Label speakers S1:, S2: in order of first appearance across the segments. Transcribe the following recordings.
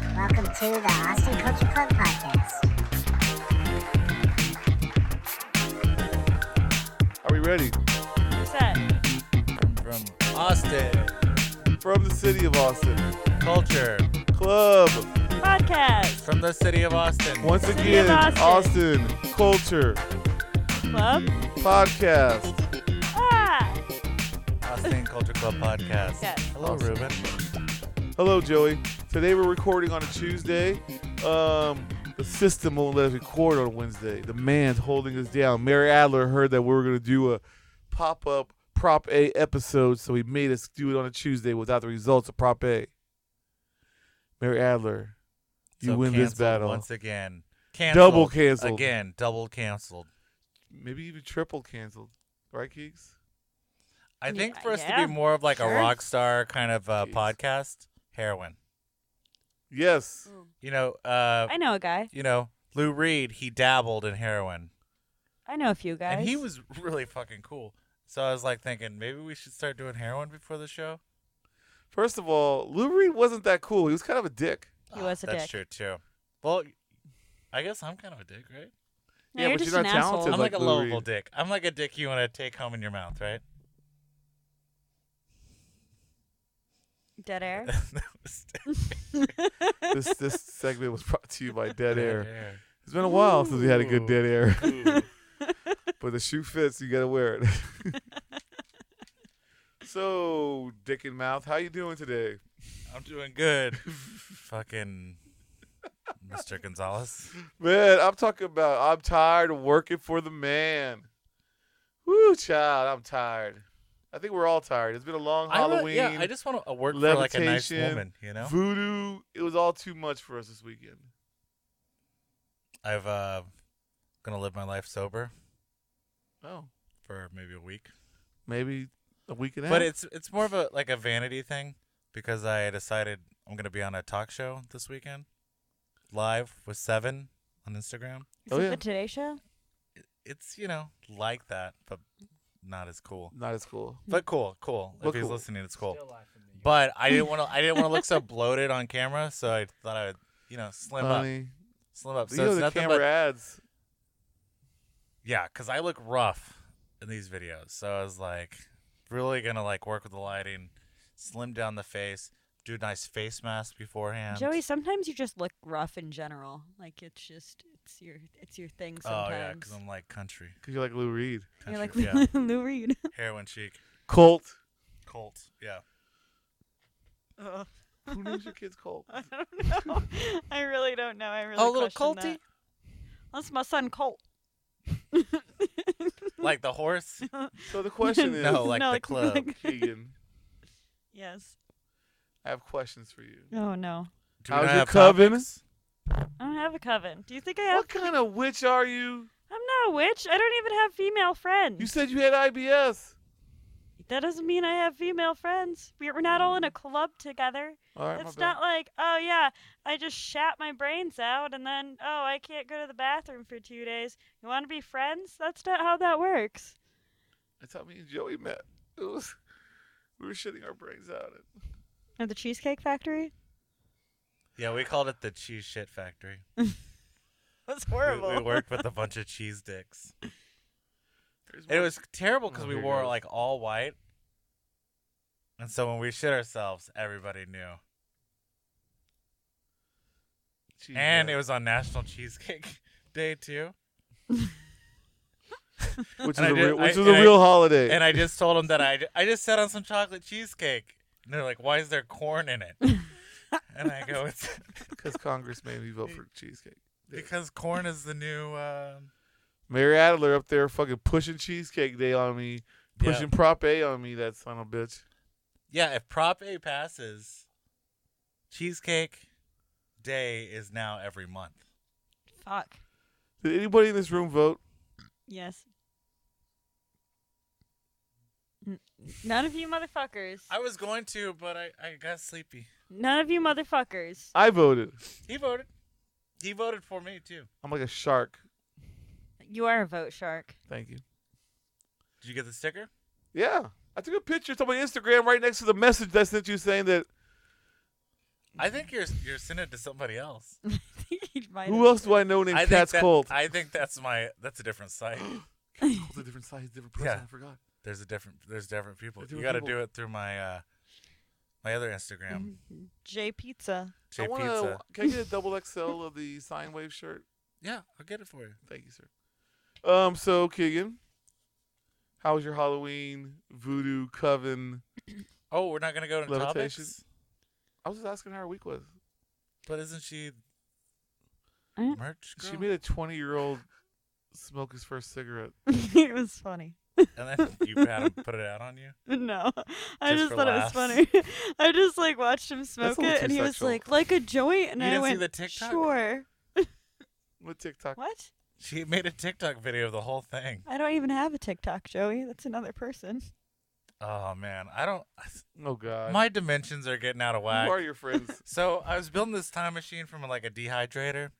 S1: to the Austin Culture Club podcast.
S2: Are we ready?
S3: set.
S4: I'm from Austin.
S2: From the city of Austin,
S4: Culture.
S2: club.
S3: Podcast.
S4: From the city of Austin.
S2: Once
S3: of
S2: again, Austin.
S3: Austin.
S2: culture
S3: Club.
S2: podcast.
S3: Ah.
S4: Austin Culture Club podcast.
S3: Yes.
S4: Hello,
S2: Awesome.
S4: Ruben.
S2: Hello, Joey. Today we're recording on a Tuesday. Um, the system won't let us record on Wednesday. The man's holding us down. Mary Adler heard that we were gonna do a pop-up Prop A episode, so he made us do it on a Tuesday without the results of Prop A. Mary Adler, you
S4: So
S2: win this
S4: canceled
S2: battle.
S4: once again. Canceled
S2: Double canceled.
S4: again. Double canceled.
S2: Maybe even triple canceled, right, Keeks?
S4: I
S3: Yeah,
S4: think for us
S3: yeah,
S4: to be more of like a
S3: sure.
S4: rock star kind of uh,
S2: Jeez.
S4: podcast, heroin.
S3: Hmm.
S2: Yes.
S4: You know, uh,
S3: I know a guy.
S4: you know, Lou Reed. He dabbled in heroin,
S3: I know a few guys.
S4: and he was really fucking cool. So I was like thinking maybe we should start doing heroin before the show.
S2: First of all, Lou Reed wasn't that cool. He was kind of a dick.
S3: He was a
S4: That's
S3: dick.
S4: true too. Well, I guess I'm kind of a dick, right?
S3: No,
S2: Yeah, but
S3: you're just
S2: you're
S3: an
S2: not
S3: asshole.
S2: talented
S4: I'm like,
S2: like
S4: a
S2: Lou
S4: lovable
S2: Reed.
S4: dick. I'm like a dick you want to take home in your mouth, right? Oh,
S3: Dead air.
S4: That was
S2: This this segment was brought to you by Dead Air.
S4: air.
S2: It's been a while since we had a good Dead Air,
S4: Ooh.
S2: but the shoe fits. You gotta wear it. so, Dick and Mouth, how you doing today?
S4: I'm doing good. Fucking Mr. Gonzalez.
S2: Man, I'm talking about. I'm tired of working for the man. Woo, child, I'm tired. I think we're all tired. It's been a long Halloween.
S4: I, yeah, I just want to work for like a nice
S2: levitation,
S4: woman, you know?
S2: Voodoo. It was all too much for us this weekend.
S4: I've uh gonna live my life sober
S2: Oh,
S4: for maybe a week.
S2: maybe a week and a half.
S4: But it's it's more of a like a vanity thing because I decided I'm gonna be on a talk show this weekend. Live with seven on Instagram.
S3: Is
S2: Oh,
S3: it
S2: yeah.
S3: the Today Show?
S4: It's, you know, like that, but not as cool.
S2: not as cool.
S4: But cool, cool.
S2: But
S4: if he's
S2: cool.
S4: listening, it's cool. But I didn't want to. I didn't want to look so bloated on camera, so I thought I would, you know, slim up,
S2: Honey,
S4: slim up.
S2: these
S4: So
S2: are
S4: it's
S2: the
S4: nothing
S2: camera
S4: but
S2: ads.
S4: yeah, because I look rough in these videos. So I was like, really gonna like work with the lighting, slim down the face, do a nice face mask beforehand.
S3: Joey, sometimes you just look rough in general. Like it's just it's your it's your thing
S4: oh yeah,
S3: sometimes.
S4: because I'm like country,
S2: Cause you're like Lou Reed.
S3: you're like
S4: country, yeah,
S3: Lou Reed.
S4: heroin chic,
S2: Colt.
S4: Colt, yeah.
S3: Ugh,
S2: Who names your kids Colt?
S3: I don't know. I really don't know. I really
S4: Oh, little
S3: question
S4: Colty?
S3: that. That's my son Colt.
S4: like the horse.
S2: So the question is,
S4: No, like
S3: No,
S4: the club.
S3: like-
S2: Keegan,
S3: Yes.
S2: I have questions for you.
S3: Oh no.
S4: Do we
S2: How's
S4: not
S2: your
S4: have
S2: coven?
S4: topics?
S3: I don't have a coven. Do you think I have?
S2: What kind of witch are you?
S3: I'm not a witch. I don't even have female friends.
S2: You said you had IBS.
S3: that doesn't mean I have female friends. We're, we're not all in a club together.
S2: All right,
S3: it's
S2: my bad.
S3: not like, oh yeah, I just shat my brains out and then, oh, I can't go to the bathroom for two days. You want to be friends? That's not how that works.
S2: That's how me and Joey met. It was, we were shitting our brains out.
S3: At the Cheesecake Factory?
S4: Yeah, we called it the cheese shit factory.
S3: That's
S4: We, we worked with a bunch of cheese dicks.
S2: Here's
S4: It
S2: my-
S4: was terrible
S2: Oh,
S4: because we
S2: here it
S4: wore
S2: goes.
S4: like all white, and so when we shit ourselves, everybody knew.
S2: Jeez,
S4: And
S2: man.
S4: it was on National Cheesecake Day too.
S2: which is
S4: and I
S2: a
S4: did-
S2: real, which
S4: I-
S2: is
S4: and
S2: a
S4: I-
S2: real holiday.
S4: And I just told them that I, I just sat on some chocolate cheesecake, and they're like, "Why is there corn in it?" and I go, "It's
S2: because Congress made me vote for cheesecake.
S4: because corn is the new." Uh,
S2: Mary Adler up there fucking pushing cheesecake day on me,
S4: Yeah.
S2: pushing Prop A on me. That son of a bitch.
S4: yeah, if Prop A passes, Cheesecake Day is now every month.
S3: Fuck.
S2: Did anybody in this room vote?
S3: Yes. N- None of you motherfuckers.
S4: I was going to, but I, I got sleepy.
S3: None of you motherfuckers.
S2: I voted.
S4: He voted. He voted for me too.
S2: I'm like a shark.
S3: You are a vote shark.
S2: Thank you.
S4: Did you get the sticker?
S2: Yeah. I took a picture. It's on my Instagram right next to the message that I sent you saying that
S4: I think you're you're sending it to somebody else.
S3: He might
S2: Who
S3: have-
S2: else do I know named
S4: I
S2: Cat's
S4: think that,
S2: Cold?
S4: I think that's my that's a different site.
S2: It's a different size, different
S4: Yeah.
S2: I forgot.
S4: There's a different there's different people.
S2: Different
S4: you got to
S2: people.
S4: do it through my uh my other Instagram.
S3: J Pizza.
S2: Mm-hmm.
S4: J
S2: I wanna-
S4: Pizza.
S2: Can I get a double XL of the sine wave shirt?
S4: Yeah, I'll get it for you.
S2: Thank you, sir. Um, so Keegan, how was your Halloween voodoo coven?
S4: Oh, we're not gonna go to
S2: Levitation?
S4: topics.
S2: I was just asking how her week was.
S4: But isn't she
S3: I don't-
S4: merch girl?
S2: Eh? She made a twenty-year-old smoke his first cigarette.
S3: it was funny.
S4: and then you had him put it out on you.
S3: No, I
S4: Just
S3: just
S4: for
S3: thought it
S4: laughs.
S3: was funny. I just like watched him smoke
S2: a little
S3: it,
S2: too
S3: and he was
S2: sexual.
S3: like, like a joint, and
S4: You
S3: I
S4: didn't see
S3: went,
S4: the TikTok?
S3: sure.
S2: With TikTok,
S3: What?
S4: She made a TikTok video of the whole thing.
S3: I don't even have a TikTok, Joey. That's another person.
S4: Oh man, I don't.
S2: oh god,
S4: My dimensions are getting out of
S2: who
S4: whack.
S2: are your friends?
S4: So I was building this time machine from like a dehydrator,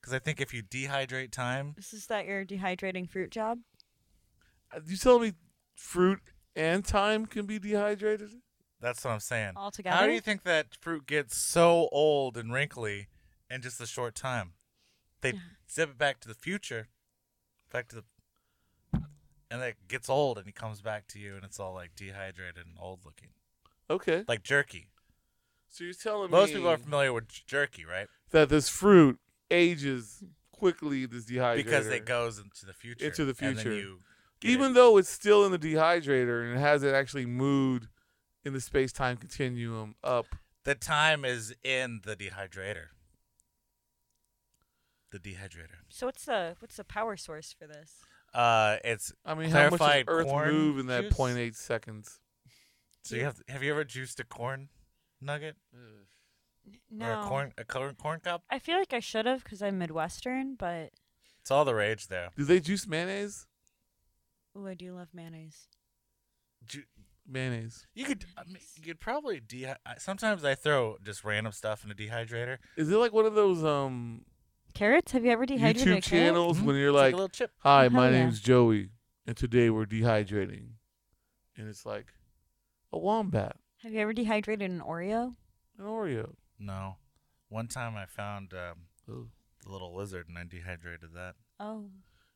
S4: because I think if you dehydrate time,
S3: This is that your dehydrating fruit job?
S2: Uh, you telling me fruit and time can be dehydrated?
S4: that's what I'm saying.
S3: Altogether?
S4: How do you think that fruit gets so old and wrinkly in just a short time? They zip it back to the future, back to the, and it gets old and it comes back to you and it's all like dehydrated and old looking,
S2: Okay,
S4: like jerky.
S2: so you're telling
S4: Most
S2: me
S4: people are familiar with j- jerky, right?
S2: that this fruit ages quickly. This dehydrator
S4: Because it goes into the future.
S2: Into the
S4: and then
S2: future.
S4: you get it.
S2: even though it's still in the dehydrator and it hasn't actually moved in the space time continuum up.
S4: The time is in the dehydrator. The dehydrator.
S3: So what's the what's the power source for this?
S4: Uh, it's
S2: I mean, how much
S4: Clarified
S2: does Earth
S4: corn
S2: move in that
S4: juice?
S2: 0.8 seconds?
S4: so you have have you ever juiced a corn nugget or
S3: No.
S4: a corn a corn, corn cup?
S3: I feel like I should have because I'm Midwestern, but
S4: It's all the rage there.
S2: Do they juice mayonnaise?
S3: ooh, I do love mayonnaise.
S4: Ju-
S2: Mayonnaise.
S4: You could I mean, you could probably de- sometimes I throw just random stuff in a dehydrator.
S2: Is it like one of those um
S3: Carrots? Have you ever dehydrated a
S2: YouTube
S3: carrot?
S2: channels when you're
S4: Mm-hmm. It's like,
S2: like,
S4: a little chip.
S2: "Hi,
S3: Oh,
S2: my
S3: yeah.
S2: name's Joey, and today we're dehydrating," and it's like a wombat,
S3: Have you ever dehydrated an Oreo?
S2: an Oreo.
S4: No. One time I found um,
S2: Ooh.
S4: the little lizard and I dehydrated that.
S3: Oh,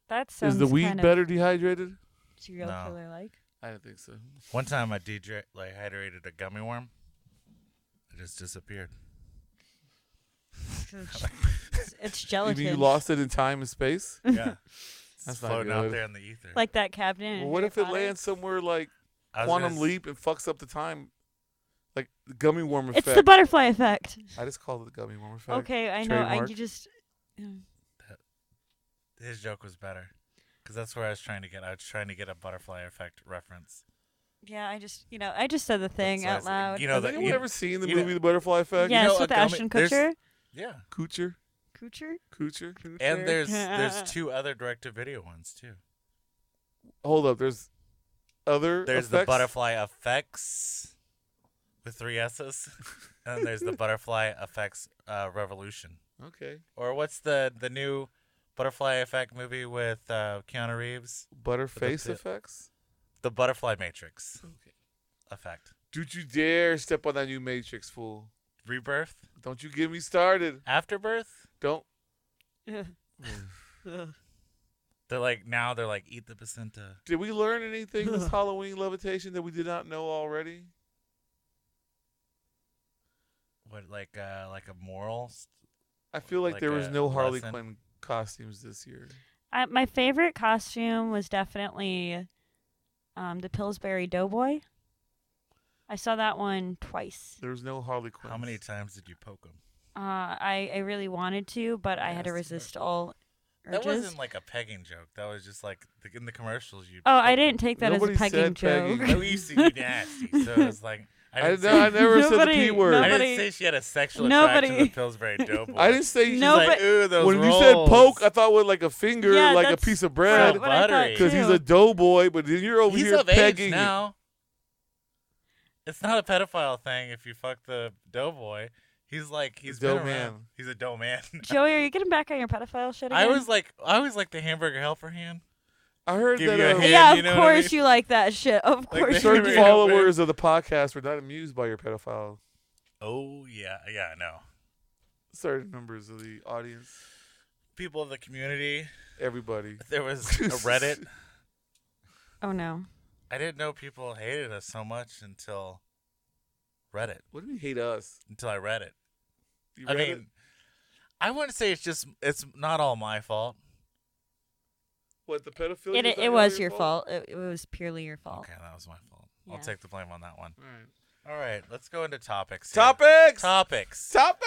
S3: that sounds
S2: Is the weed
S3: kind
S2: better dehydrated?
S3: of serial
S4: No.
S3: killer like.
S2: I don't think so.
S4: One time I dehydrated like, hydrated a gummy worm. It just disappeared.
S3: it's, it's
S2: You
S3: gelatin.
S2: mean you lost it in time and space?
S4: Yeah.
S2: That's
S4: It's
S2: not
S4: floating out
S2: good.
S4: there in the ether.
S3: like that cabinet. in
S2: Well, what
S3: Harry
S2: if it
S3: Potter?
S2: lands somewhere like
S4: I was
S2: quantum
S4: gonna s-
S2: leap and fucks up the time, like the gummy worm
S3: It's
S2: effect?
S3: the butterfly effect.
S2: I just called it the gummy worm effect.
S3: Okay, I know. I,
S2: Trademark.
S3: you just
S4: His joke was better, because that's where I was trying to get. I was trying to get a butterfly effect reference.
S3: yeah, I just you know, I just said the thing
S4: That's
S3: out
S4: what I
S3: loud.
S4: was- You know
S2: Has
S4: that.
S2: anyone
S4: You,
S2: ever seen the
S4: you know-
S2: movie The Butterfly Effect?
S3: yes,
S4: know, a
S3: with
S4: gummy-
S3: Ashton
S4: there's-
S3: Kutcher.
S4: yeah.
S2: Coocher,
S3: Kutcher.
S2: Coocher.
S4: And there's there's two other direct to video ones too.
S2: Hold up, there's other.
S4: There's the
S2: effects?
S4: butterfly effects with three S's, and then there's the butterfly effects uh, revolution.
S2: Okay,
S4: Or what's the the new butterfly effect movie with uh, Keanu Reeves?
S2: butterface
S4: the-
S2: effects.
S4: The butterfly matrix
S2: Okay.
S4: effect.
S2: Don't you dare step on that new Matrix, fool!
S4: Rebirth,
S2: Don't you get me started.
S4: afterbirth.
S2: Don't.
S4: They're like now they're like eat the placenta.
S2: Did we learn anything this Halloween levitation that we did not know already?
S4: What like uh like a moral s-
S2: I feel like,
S4: Like
S2: there was
S4: a
S2: no Harley
S4: lesson?
S2: Quinn costumes this year.
S3: I, my favorite costume was definitely um, the Pillsbury Doughboy. I saw that one twice.
S2: There was no Harley Quinn.
S4: How many times did you poke him?
S3: Uh, I, I really wanted to, but I had to
S4: Yes, but-
S3: resist all urges.
S4: That wasn't like a pegging joke. That was just like the, in the commercials. You.
S3: oh, I didn't take that
S2: Nobody
S3: as a
S2: said
S3: pegging
S2: pegging.
S3: joke.
S4: I used to be nasty, so it's like I
S2: I,
S4: didn't,
S2: did-
S4: say,
S2: I never said the
S3: Nobody-
S2: p word.
S4: I didn't
S3: nobody-
S4: say she had a sexual attraction
S3: nobody-
S4: to Pillsbury Doughboy.
S2: I didn't say
S4: She's
S3: No,
S4: like,
S3: but-
S4: ooh, those
S2: when you
S4: rolls.
S2: said poke, I thought with like a finger,
S3: Yeah,
S2: like a
S3: that's
S2: piece of
S3: what-
S2: bread,
S4: Right,
S3: what I thought,
S4: Buttery.
S2: because he's
S3: too.
S2: a doughboy. But then you're over
S4: he's
S2: here
S4: of
S2: pegging
S4: age
S2: it.
S4: now. It's not a pedophile thing if you fuck the doughboy. He's like he's
S2: Dough
S4: been around.
S2: man.
S4: He's a dough man.
S3: Joey, are you getting back on your pedophile shit again?
S4: I was like I was like the hamburger helper hand.
S2: I heard
S4: Give
S2: that
S4: you a
S2: uh,
S4: hand.
S3: yeah,
S4: you
S3: of
S4: know what I
S3: course
S4: mean?
S3: you like that shit. Of
S4: Like,
S3: course
S4: they-
S3: you
S2: certain
S3: do.
S4: Hamburger.
S2: followers of the podcast were not amused by your pedophile
S4: Oh yeah, yeah, I know.
S2: Certain members of the audience,
S4: People of the community.
S2: everybody.
S4: There was a Reddit.
S3: Oh no.
S4: I didn't know people hated us so much until Reddit.
S2: What do you hate us?
S4: Until I read it.
S2: You
S4: I
S2: read
S4: mean,
S2: it?
S4: I wouldn't say it's just. It's not all my fault.
S2: what the pedophilia?
S3: It
S2: is not
S3: it
S2: all
S3: was your fault. It, it was purely your fault.
S4: Okay, that was my fault.
S3: Yeah.
S4: I'll take the blame on that one.
S2: All right.
S4: Oh. All right, let's go into topics. here.
S2: Topics.
S4: Topics.
S2: Topics.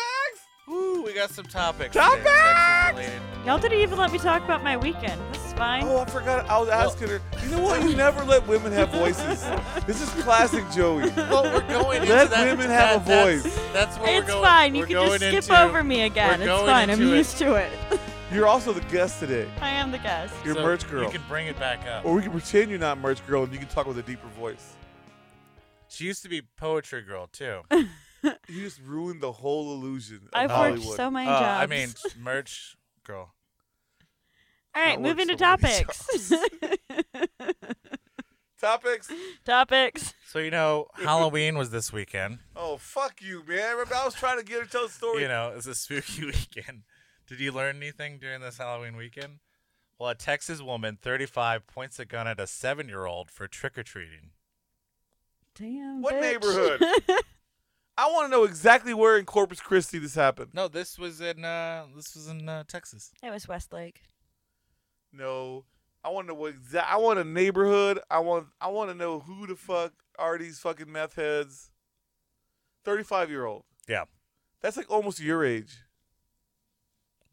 S4: Woo, we got some topics.
S2: Topics!
S4: Topics.
S3: Y'all didn't even let me talk about my weekend. This is fine.
S2: Oh, I forgot. I was asking her. You know what? You never let women have voices. this is classic, Joey.
S4: Well, we're going into
S2: Let
S4: that-
S2: women have
S4: that-
S2: a
S4: That's, that's what
S3: it's
S4: we're going.
S3: fine. You
S4: we're
S3: can
S4: going
S3: just skip
S4: into-
S3: over me again. It's
S4: we're going
S3: fine. I'm
S4: into it.
S3: used to it.
S2: You're also the guest today.
S3: I am the guest.
S2: You're
S4: so
S2: merch girl,
S4: You can bring it back up.
S2: or we can pretend you're not merch girl, and you can talk with a deeper voice.
S4: She used to be poetry girl too.
S2: You just ruined the whole illusion. Of
S3: I've
S2: Hollywood.
S3: worked so
S4: Uh,
S3: many jobs.
S4: I mean, merch girl.
S3: all
S2: I've worked
S3: right, moving to
S2: so many
S3: topics.
S2: Topics.
S3: topics.
S4: So you know, Halloween was this weekend.
S2: Oh fuck you, man! Remember, I was trying to get her to tell the story.
S4: You know, it's a spooky weekend. Did you learn anything during this Halloween weekend? Well, a Texas woman, 35, points a gun at a seven-year-old for trick or treating.
S3: Damn.
S2: What
S3: bitch.
S2: neighborhood? I want to know exactly where in Corpus Christi this happened.
S4: No, this was in uh, this was in uh, Texas.
S3: it was Westlake.
S2: No, I want to know what exa- I want a neighborhood. I want. I want to know who the fuck are these fucking meth heads. Thirty-five year old.
S4: Yeah.
S2: That's like almost your age.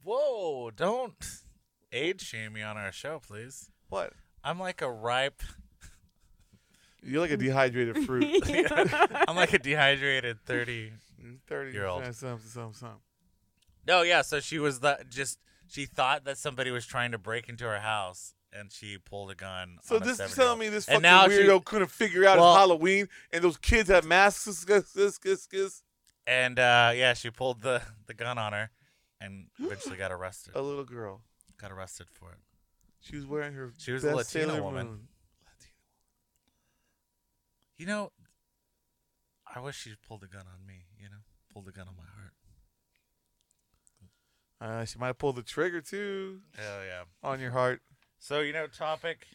S4: Whoa! Don't age shame me on our show, please.
S2: What?
S4: I'm like a ripe.
S2: You're like a dehydrated fruit.
S4: I'm like a dehydrated 30
S2: Thirty
S4: Year old.
S2: Something, something, something.
S4: No, yeah. So she was the, just she thought that somebody was trying to break into her house, and she pulled a gun.
S2: So
S4: on a
S2: this is
S4: 7-year-old.
S2: telling me this fucking
S4: And now she-
S2: weirdo couldn't figure out
S4: Well-
S2: it's Halloween and those kids have masks. Skis, skis, skis, skis.
S4: And uh, yeah, she pulled the the gun on her, and eventually got arrested.
S2: A little girl.
S4: Got arrested for it.
S2: She was wearing her.
S4: She was a
S2: best
S4: Latina
S2: Sailor
S4: woman.
S2: Moon.
S4: You know, I wish she pulled a gun on me. You know, pulled a gun on my heart.
S2: Uh, she might pull the trigger too
S4: Hell yeah.
S2: on your heart.
S4: So you know, topic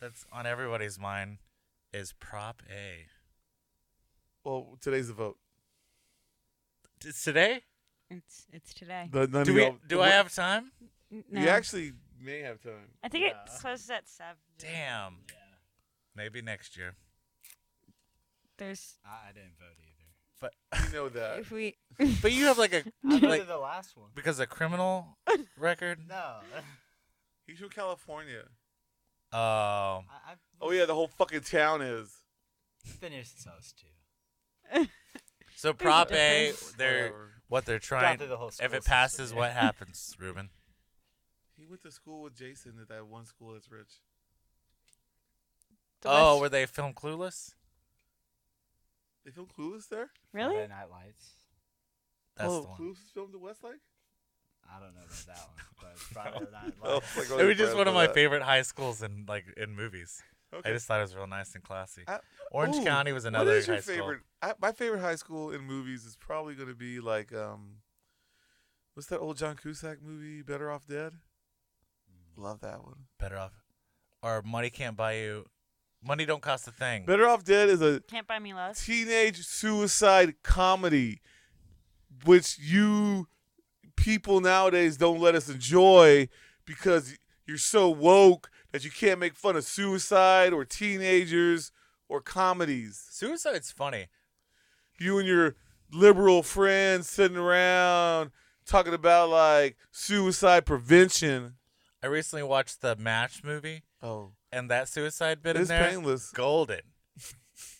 S4: that's on everybody's mind is Prop A.
S2: Well, today's the vote.
S4: T- today?
S3: It's it's today.
S2: The- none
S4: Do
S2: of
S4: we?
S2: y'all-
S4: Do I have time?
S3: No.
S2: You actually may have time.
S3: I think it closes at seven.
S4: Damn. Maybe next year.
S3: There's
S5: I, I didn't vote either.
S4: But
S2: You know that.
S3: if we
S4: but you have like a
S5: I voted
S4: like
S5: the last one.
S4: because a criminal record.
S5: No.
S2: He's from California.
S4: Oh,
S5: I, I
S2: Oh yeah, the whole fucking town is.
S5: finished those two.
S4: so Prop A,
S3: difference.
S4: they're
S2: Whatever.
S4: what they're trying.
S5: through the whole
S4: if
S5: school
S4: it
S5: system,
S4: passes,
S5: yeah.
S4: what happens, Ruben?
S2: He went to school with Jason at that one school that's rich.
S3: the
S4: oh,
S3: West-
S4: were they film clueless?
S2: They filmed Clueless there.
S3: really
S5: Saturday Night Lights.
S4: That's
S2: oh,
S4: the one.
S2: Clueless was filmed at Westlake.
S5: I don't know about that one, but Friday Night
S2: Oh,
S5: Lights.
S2: my God.
S4: It was just
S2: Friends
S4: one
S2: with
S4: of my
S2: that.
S4: favorite high schools in like in movies.
S2: Okay.
S4: I just thought it was real nice and classy.
S2: I-
S4: Orange
S2: Ooh,
S4: County was another
S2: What is your
S4: high school.
S2: favorite? I, my favorite high school in movies is probably going to be like um, what's that old John Cusack movie? Better Off Dead. Love that one.
S4: Better off, or money can't buy you. Money don't cost a thing.
S2: Better Off Dead is a
S3: can't buy me love.
S2: teenage suicide comedy, which you people nowadays don't let us enjoy because you're so woke that you can't make fun of suicide or teenagers or comedies.
S4: Suicide's funny.
S2: You and your liberal friends sitting around talking about like suicide prevention.
S4: I recently watched the Match movie,
S2: Oh,
S4: and that suicide bit
S2: it's
S4: in there,
S2: painless.
S4: golden.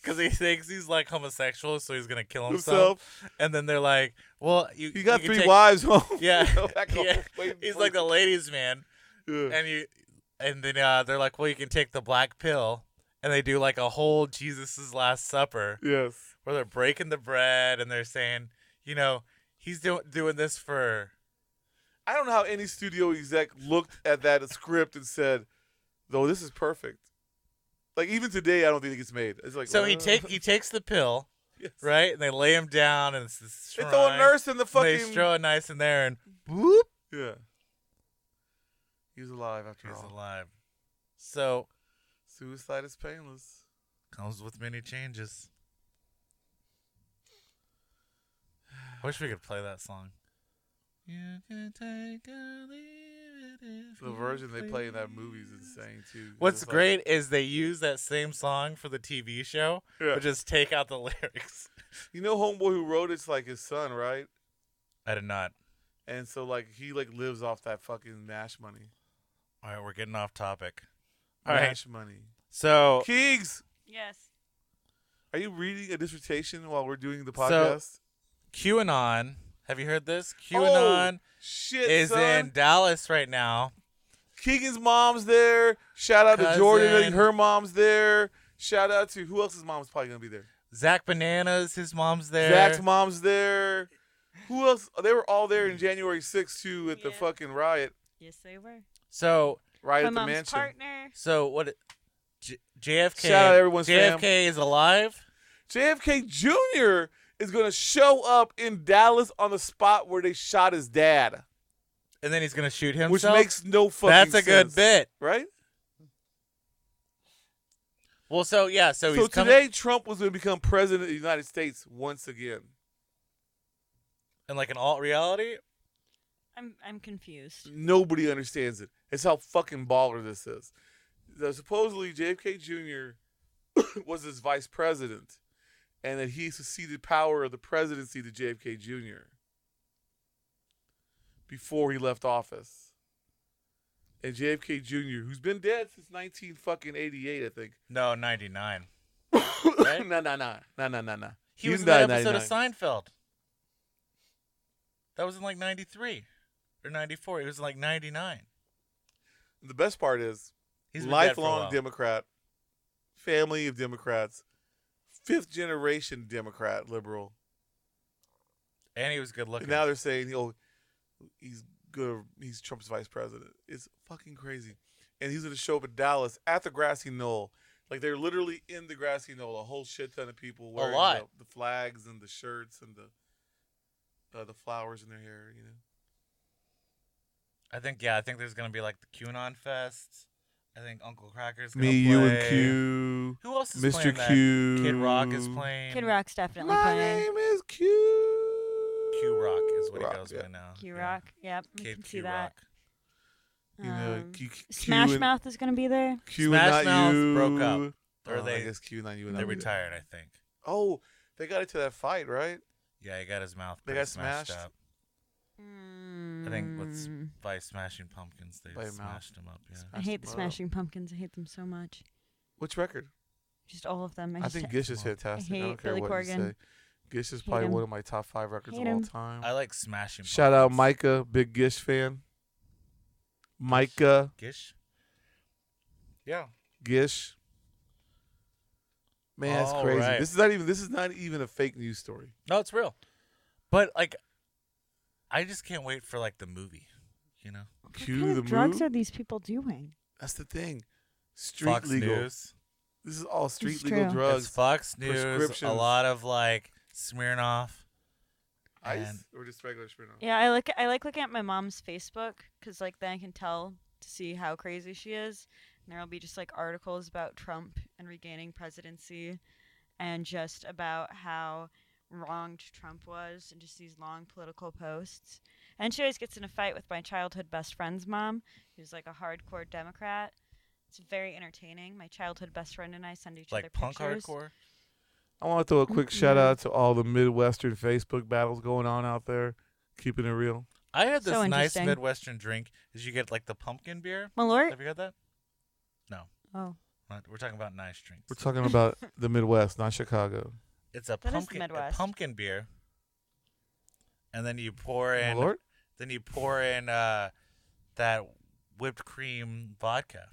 S4: Because he thinks he's like homosexual, so he's gonna kill himself.
S2: Himself,
S4: And then they're like, "Well, you
S2: he got
S4: you can
S2: three
S4: take-
S2: wives home.
S4: Yeah,
S2: Go back home.
S4: yeah.
S2: Wait,
S4: He's
S2: wait.
S4: like the ladies' man,
S2: Yeah.
S4: and you, and then uh, they're like, "Well, you can take the black pill." And they do like a whole Jesus's Last Supper
S2: yes.
S4: where they're breaking the bread and they're saying, you know, he's doing doing this for
S2: I don't know how any studio exec looked at that script and said, "Though this is perfect." Like even today, I don't think it gets made. It's like
S4: So he
S2: uh,
S4: take he takes the pill.
S2: Yes.
S4: right? And they lay him down, and it's this
S2: They
S4: shrine.
S2: throw a nurse in the
S4: and They
S2: fucking.
S4: throw a nice in there, and
S2: Whoop. Yeah. He was alive after
S4: he's
S2: all.
S4: alive. So
S2: Suicide is painless.
S4: comes with many changes. Wish we could play that song. You can take or leave it if
S2: The
S4: you
S2: version they play in that
S4: please.
S2: movie is insane too.
S4: What's
S2: It's like-
S4: great is they use that same song for the TV show,
S2: Yeah.
S4: but just take out the lyrics.
S2: You know, homeboy who wrote it's like his son, right?
S4: I did not.
S2: And so like he like lives off that fucking Nash money.
S4: All right, we're getting off topic. All right.
S2: Nash money.
S4: So
S2: Keegs,
S3: Yes.
S2: are you reading a dissertation while we're doing the
S4: So,
S2: podcast?
S4: QAnon, have you heard this?
S2: Oh,
S4: QAnon
S2: Shit,
S4: is
S2: son.
S4: in Dallas right now.
S2: Keegan's mom's there. Shout out to Jordan.
S4: Cousin.
S2: Her mom's there. Shout out to who else's mom's probably gonna be there.
S4: Zach Bananas, his mom's there.
S2: Zach's mom's there. Who else? They were all there in
S4: Mm.
S2: January 6th too at the
S3: Yeah.
S2: fucking riot,
S3: Yes, they were.
S4: so
S2: riot
S3: My
S2: at the
S3: mom's
S2: mansion.
S3: partner.
S4: so what? it- J- JFK.
S2: Shout out everyone's
S4: JFK is alive.
S2: JFK Jr. is gonna show up in Dallas on the spot where they shot his dad,
S4: And then he's gonna shoot himself.
S2: which makes no fucking.
S4: that's a good
S2: sense,
S4: bit.
S2: right?
S4: Well, so yeah, so,
S2: So,
S4: he's coming,
S2: today Trump was gonna become president of the United States once again.
S4: in like an alt reality.
S3: I'm I'm confused.
S2: Nobody understands it. It's how fucking baller this is. The- supposedly JFK Jr. was his vice president, and that he succeeded power of the presidency to JFK Jr. before he left office. And JFK Jr., who's been dead since nineteen fucking eighty eight, I think.
S4: No, ninety nine. Right?
S2: No, no, no, no, no, no, no.
S4: He was in that episode of Seinfeld. That was in like ninety three or ninety four. It was in like ninety nine.
S2: The best part is
S4: He's been dead for a
S2: lifelong
S4: while.
S2: Democrat, family of Democrats, fifth generation Democrat liberal.
S4: and he was good
S2: And
S4: looking.
S2: now they're saying, "Oh, he's good. He's Trump's vice president." It's fucking crazy, and he's gonna show up in Dallas at the grassy knoll. Like they're literally in the grassy knoll. A whole shit ton of people wearing
S4: lot.
S2: The, the flags and the shirts and the uh, the flowers in their hair. You know,
S4: I think yeah, I think there's gonna be like the QAnon fest. I think Uncle Cracker's gonna play.
S2: Q,
S4: Who else is playing that?
S2: Q,
S4: Kid Rock is playing.
S3: Kid Rock's definitely
S2: My
S3: playing.
S2: name is Q.
S4: Q Rock is what
S2: Rock,
S4: he goes
S2: yeah.
S4: by now.
S3: Q Rock. Yep.
S4: Yeah.
S3: we
S4: Kid
S3: can see
S4: Q Rock.
S3: that.
S2: You know,
S3: Um,
S2: Q, Q,
S3: Smash
S2: and,
S3: Mouth is gonna be there.
S2: Q and not
S4: Smash Mouth
S2: you.
S4: broke up. Or
S2: Oh, I
S4: they
S2: guess Q not you. and
S4: they
S2: not me.
S4: retired, I think.
S2: Oh, they got into that fight, right?
S4: Yeah, he got his mouth.
S2: They
S4: pretty
S2: got
S4: smashed,
S2: smashed?
S4: up I think what's- by smashing pumpkins. They
S2: By mouth.
S4: smashed him up. Yeah.
S3: I Mm, hate the
S2: Wow.
S3: Smashing Pumpkins. I hate them so much.
S2: Which record?
S3: Just all of them. I,
S2: I,
S3: just
S2: think Gish is
S4: I
S2: fantastic. I,
S3: hate
S2: don't care
S3: Billy
S2: what you
S3: Corgan.
S2: say. Gish is
S3: Hate
S2: probably
S3: him.
S2: one of my top five records
S3: Hate
S2: of all
S3: him.
S2: time.
S4: I like smashing.
S2: Shout out
S4: pumpkins.
S2: Micah, big Gish fan. Micah
S4: Gish. Yeah.
S2: Gish. Man, that's
S4: All
S2: crazy.
S4: right.
S2: This is not even this is not even a fake news story.
S4: No, it's real. But like, I just can't wait for like the movie. You know,
S2: Cue
S3: what kind
S2: the
S3: of drugs
S2: move.
S3: are these people doing?
S2: That's the thing. Street
S4: Fox
S2: legal.
S4: News.
S2: This is all street
S3: It's
S2: legal
S3: true.
S2: drugs.
S4: It's Fox News. A
S2: prescriptions.
S4: lot of like Smirnoff.
S2: Ice
S4: and-
S2: or just regular Smirnoff?
S3: Yeah, I like I like looking at my mom's Facebook because like then I can tell to see how crazy she is. And there will be just like articles about Trump and regaining presidency, and just about how wronged Trump was, and just these long political posts. And she always gets in a fight with my childhood best friend's mom, who's like a hardcore Democrat. It's very entertaining. My childhood best friend and I send each other
S4: like punk
S3: pictures.
S4: hardcore.
S2: I want to throw a quick shout out to all the Midwestern Facebook battles going on out there, keeping it real.
S4: I had this
S3: So
S4: nice
S3: interesting.
S4: Midwestern drink. Is you get like the pumpkin beer?
S3: Malort.
S4: Have you had that? No,
S3: Oh,
S4: not- we're talking about nice drinks.
S2: We're talking about the Midwest, not Chicago.
S4: It's a
S3: That is the
S4: pumpkin, a
S3: Midwest.
S4: pumpkin beer, and then you pour in,
S2: Lord,
S4: then you pour in uh, that whipped cream vodka.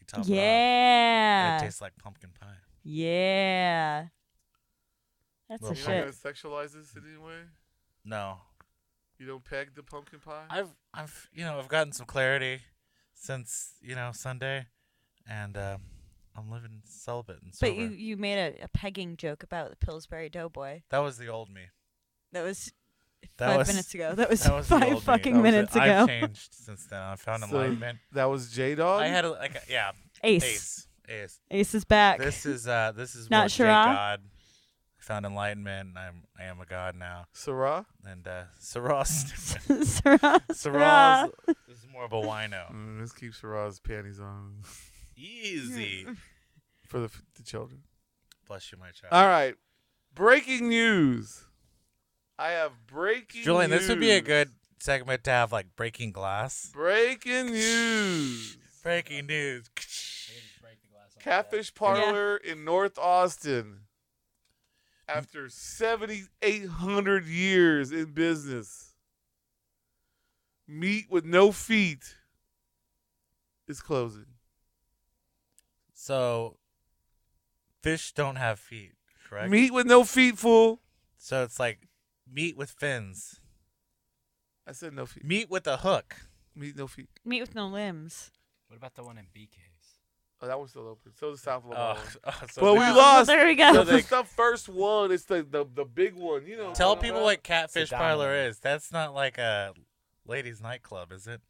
S4: You top it off.
S3: yeah.
S4: And It tastes like pumpkin pie.
S3: Yeah. That's
S4: Well,
S3: a
S4: you're
S2: you're not gonna
S3: shit.
S2: sexualize this in any way.
S4: No,
S2: You don't peg the pumpkin pie.
S4: I've I've you know I've gotten some clarity since you know Sunday, and um, I'm living celibate and sober.
S3: But you, you made a, a pegging joke about the Pillsbury Doughboy.
S4: that was the old me.
S3: That was
S4: That
S3: five
S4: was-
S3: minutes ago. That was,
S4: That was the old me.
S3: five fucking
S4: That was it.
S3: minutes
S4: I've
S3: ago.
S4: changed since then. I found
S2: So,
S4: enlightenment.
S2: that was J Dog.
S4: I had a, like a, yeah,
S3: Ace. Ace.
S4: ace, ace.
S3: is back.
S4: This is uh, this is
S3: Not
S4: what Jay
S3: Shira?
S4: God. I found enlightenment. And I'm I am a god now.
S2: Sarah.
S4: And uh, Saras,
S3: Sarah.
S4: Saras is more of a wino.
S2: Mm, let's keep Sarah's panties on
S4: Easy.
S2: for the, f- the children.
S4: Bless you, my child.
S2: All right. Breaking news. I have breaking
S4: Julian,
S2: news.
S4: this would be a good segment to have like breaking glass.
S2: breaking news.
S4: Breaking news.
S2: Catfish parlor in North Austin. After 7,800 years in business, meat with no feet is closing.
S4: So, fish don't have feet, correct?
S2: Meat with no feet, fool.
S4: So it's like meat with fins,
S2: I said no feet.
S4: meat with a hook.
S2: Meat, no feet.
S3: Meat with no limbs.
S5: What about the one in BK's?
S2: Oh, that one's still open. So is South Lamar.
S4: Oh, oh, so
S2: Well,
S4: they-
S2: we
S3: Well,
S2: lost.
S3: there we go.
S2: So the, the first one. It's the, the the big one. You know.
S4: Tell people what Catfish
S5: Sit down.
S4: Parlor is. That's not like a ladies' nightclub, is it?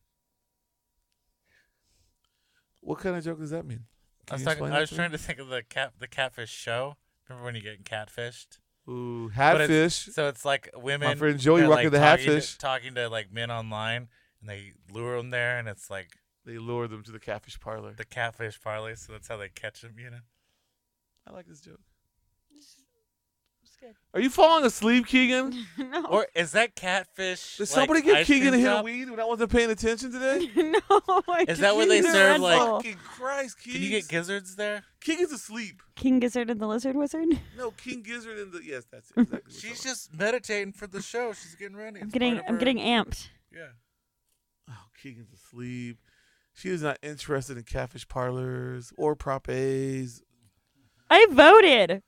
S2: What kind of joke does that mean?
S4: I was, talking, I was trying to think of the cat, the Catfish show. Remember when you're getting catfished?
S2: Ooh,
S4: But it's-
S2: hatfish.
S4: So it's like women.
S2: friend Joey
S4: they're,
S2: rocking
S4: like,
S2: the
S4: talking
S2: Hatfish.
S4: To, talking to like men online, and they lure them there, and it's like
S2: They lure them to the catfish parlor.
S4: the Catfish Parlor. So that's how they catch them, you know.
S2: I like this joke. Are you falling asleep, Keegan?
S3: no.
S4: Or is that catfish?
S2: Did
S4: like,
S2: somebody give
S4: ice
S2: Keegan a
S4: cream
S2: hit of
S4: cup?
S2: weed when I wasn't paying attention today?
S3: no. I
S4: Is that where
S3: didn't
S4: they
S3: use a
S4: serve,
S3: Red
S4: like-
S3: Bull.
S2: Fucking Christ, Keegan.
S4: Can you get gizzards there?
S2: Keegan's asleep.
S3: King Gizzard and the Lizard Wizard?
S2: No, King Gizzard and the yes, that's it. Exactly. what I'm
S4: She's
S2: talking
S4: just meditating for the show. She's getting ready.
S3: I'm
S4: It's
S3: getting
S4: part of
S3: I'm
S4: her-
S3: getting amped.
S4: Yeah.
S2: about. Oh, Keegan's asleep. She is not interested in catfish parlors or prop A's.
S3: I voted.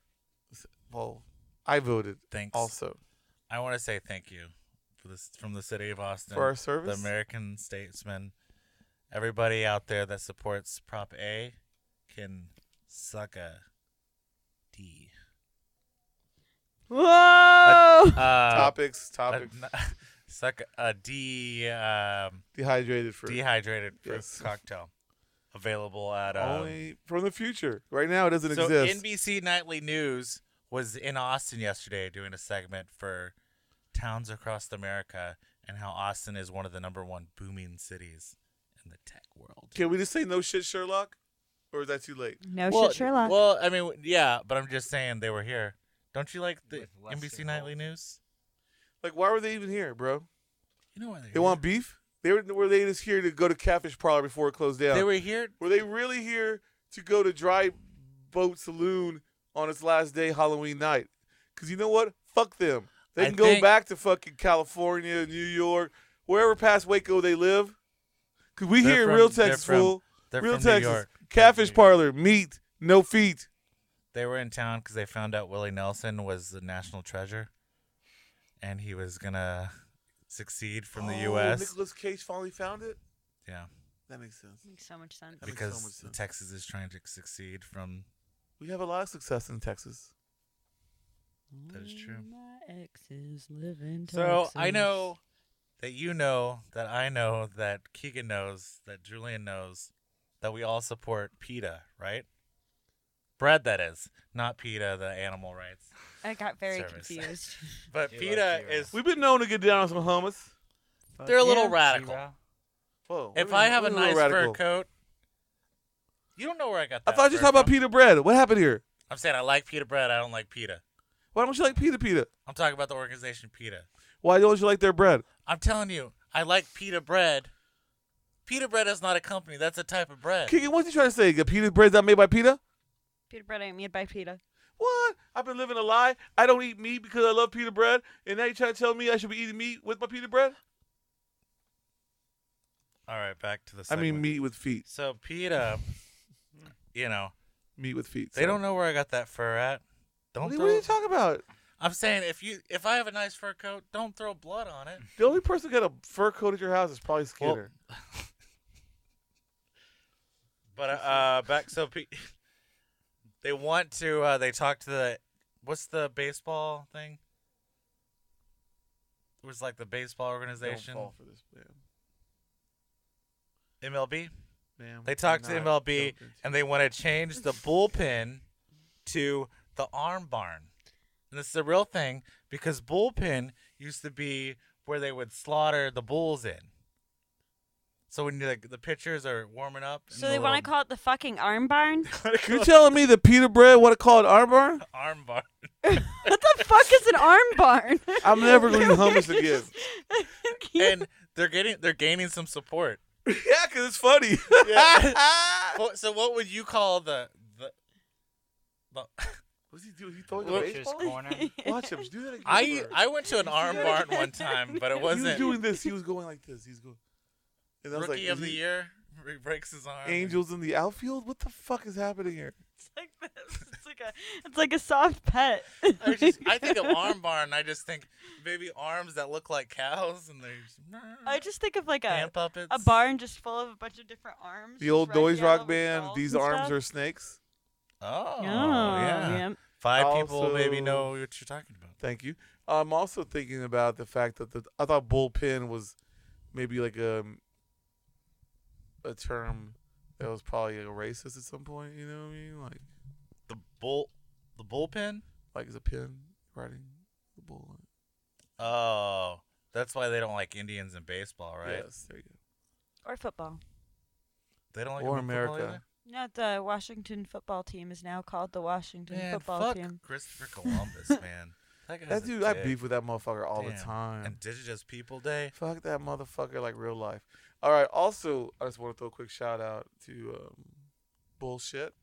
S2: Well, I voted
S4: Thanks.
S2: also
S4: I want to say thank you for this from the city of Austin
S2: for our
S4: the
S2: service.
S4: American statesman. Everybody out there that supports Prop A can suck a D.
S3: Whoa.
S4: Uh,
S2: topics,
S4: a-
S2: topics.
S4: Uh, n- suck a D um,
S2: Dehydrated fruit.
S4: dehydrated fruit
S2: Yes.
S4: cocktail available at um,
S2: Only from the future. Right now, it doesn't
S4: so
S2: exist.
S4: NBC Nightly News was in Austin yesterday doing a segment for towns across America and how Austin is one of the number one booming cities in the tech world.
S2: Can we just say no shit, Sherlock? Or is that too late?
S3: no
S4: well,
S3: Oh, shit, Sherlock.
S4: Well, I mean, yeah, but I'm just saying they were here. Don't you like the
S5: With Lester
S4: NBC Nightly
S5: Holt.
S4: News?
S2: Like, why were they even here, bro?
S4: You know why they're
S2: They want beef? They were, were they just here to go to Catfish Parlor before it closed down?
S4: They were here.
S2: were they really here to go to Dry Boat Saloon on its last day, Halloween night? Because you know what? Fuck them. They
S4: I
S2: can go
S4: think-
S2: back to fucking California, New York, wherever past Waco they live. Because we
S4: They're
S2: here in
S4: from-
S2: real
S4: they're
S2: Texas,
S4: from-
S2: fool.
S4: They're
S2: Real
S4: from
S2: Texas.
S4: New York.
S2: Catfish
S4: Park.
S2: Parlor, meat, no feet.
S4: They were in town because they found out Willie Nelson was the national treasure, and he was gonna succeed from the U.S.
S2: Nicholas Oh, Cage finally found it?
S4: yeah,
S2: That makes sense.
S3: Makes so much sense.
S2: That makes so much
S4: because
S2: sense.
S4: Texas is trying to succeed from.
S2: We have a lot of success in Texas.
S4: That is true.
S3: All My exes live in
S4: So I
S3: Texas.
S4: know that you know that I know that Keegan knows that Julian knows that we all support PETA, right? Bread that is, not PETA, the animal rights.
S3: I got very
S4: Service.
S3: confused.
S4: But
S5: You
S4: PETA
S5: like PETA.
S4: is
S2: We've been known to get down on some hummus.
S4: they're a little radical.
S5: Zero?
S2: Whoa. what
S4: If
S2: do you-
S4: I have
S2: what
S4: a
S2: do you mean
S4: nice
S2: radical?
S4: fur coat, you don't know where I got
S2: I
S4: that.
S2: thought you were
S4: fur
S2: talking about
S4: from.
S2: pita bread. What happened here?
S4: I'm saying I like pita bread. I don't like pita.
S2: Why don't you like pita pita?
S4: I'm talking about the organization pita.
S2: Why don't you like their bread?
S4: I'm telling you, I like pita bread. Pita bread is not a company. That's a type of bread.
S2: Keegan, what's he trying to say? The pita bread's not made by pita?
S3: Peter bread ain't made by Peter.
S2: What? I've been living a lie. I don't eat meat because I love pita bread, and now you trying to tell me I should be eating meat with my pita bread?
S4: All right, back to the.
S2: I mean
S4: segment.
S2: meat with feet.
S4: So pita, you know,
S2: Meat with feet.
S4: they don't know where I got that fur at. Don't
S2: What are you-
S4: throw.
S2: what are you talking about?
S4: I'm saying if you if I have a nice fur coat, don't throw blood on it.
S2: The only person who got a fur coat at your house is probably Skinner.
S4: But uh, back uh, so P- They want to. Uh, they talk to the. What's the baseball thing? It was like the baseball organization,
S2: Don't fall for this, man.
S4: MLB.
S2: Ma'am,
S4: They talked to
S2: I'm not
S4: MLB
S2: joking.
S4: and they want to change the bullpen to the arm barn. And this is a real thing because bullpen used to be where they would slaughter the bulls in. So when like, the pitchers are warming up, and
S3: So
S4: the
S3: they want to
S4: little-
S3: call it the fucking arm barn?
S2: You telling me the pita bread want to call it arm bar?
S4: arm barn.
S3: what the fuck is an arm barn?
S2: I'm never going to eat hummus again.
S4: and they're getting they're gaining some support.
S2: yeah, because it's funny.
S4: Well, So what would you call the the? the
S2: What's he doing? He throwing a
S5: Butcher's
S2: baseball?
S5: corner.
S2: Watch him. Do that again.
S4: I
S2: bro.
S4: I went to an arm barn one time, but it
S2: he was
S4: wasn't
S2: doing this. He was going like this. He's going. And I was
S4: rookie
S2: like,
S4: of
S2: is
S4: the
S2: he
S4: year. He breaks his arm.
S2: Angels in the outfield. What the fuck is happening here?
S3: like this. It's like a, it's like a soft pet.
S4: I, just, I think of arm barn. I just think maybe arms that look like cows and they just,
S3: I just think of like a
S4: hand puppets.
S3: a barn just full of a bunch of different arms.
S2: The
S3: just
S2: old
S3: red,
S2: noise
S3: yellow,
S2: rock
S3: with
S2: band.
S3: dolls
S2: These
S3: and
S2: arms
S3: stuff.
S2: are snakes.
S4: Oh,
S3: Oh,
S4: yeah.
S3: yeah.
S4: Five people maybe
S2: Also-
S4: know what you're talking about.
S2: Thank you. I'm also thinking about the fact that the I thought bullpen was maybe like a a term that was probably like racist at some point. You know what I mean? Like
S4: The bull, the bullpen.
S2: like is a pen writing the bull. on it?
S4: Oh, that's why they don't like Indians in baseball, right?
S2: Yes. There you go.
S3: Or football.
S4: They don't like
S2: Or
S4: them in football
S2: America.
S4: either?
S3: No, the Washington football team is now called the Washington
S4: Man,
S3: football
S4: fuck
S3: team.
S4: Christopher Columbus, man. That, guy's
S2: That
S4: a
S2: dude, I
S4: dick.
S2: beef with that motherfucker all the
S4: Damn.
S2: time.
S4: Indigenous People Day.
S2: Fuck that motherfucker like real life. All right. Also, I just want to throw a quick shout out to um, bullshit.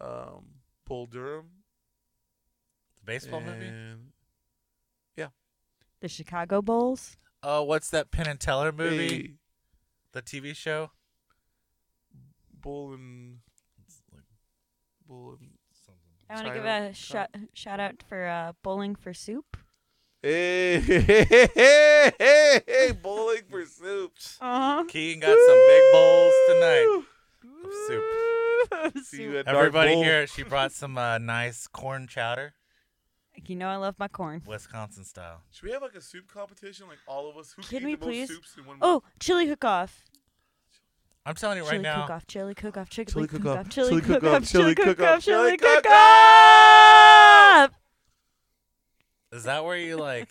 S2: Um, Bull Durham.
S4: The baseball movie.
S2: and-
S3: The Chicago Bulls.
S4: Oh, what's that Penn and Teller movie?
S2: Hey,
S4: The TV show.
S2: Bull and
S4: It's like
S2: Bull and.
S4: something.
S3: I want to
S2: Sorry,
S3: give
S2: I
S3: a shout shout out for uh, Bowling for Soup.
S2: Hey, hey, hey, hey, hey, hey, bowling for soup.
S3: Uh-huh.
S4: Keegan got some big bowls tonight. of soup.
S2: See you at Dark
S4: Everybody
S2: Bowl.
S4: here, she brought some uh, nice corn chowder,
S3: You know I love my corn.
S4: Wisconsin style.
S2: Should we have like a soup competition? Like all of us, who
S3: Can
S2: can, eat
S3: we
S2: the most
S3: please?
S2: soups in one
S3: Oh, chili hook off.
S4: I'm telling you right
S3: Chili cook
S4: now,
S3: off. Chili cook off.
S2: Chili
S3: Chili cook
S2: cook-off,
S3: off. Chili
S2: chili
S3: cook
S2: cook-off,
S3: off. Chili cook off. Chili
S2: cook-off.
S3: cook off.
S4: is that where you like,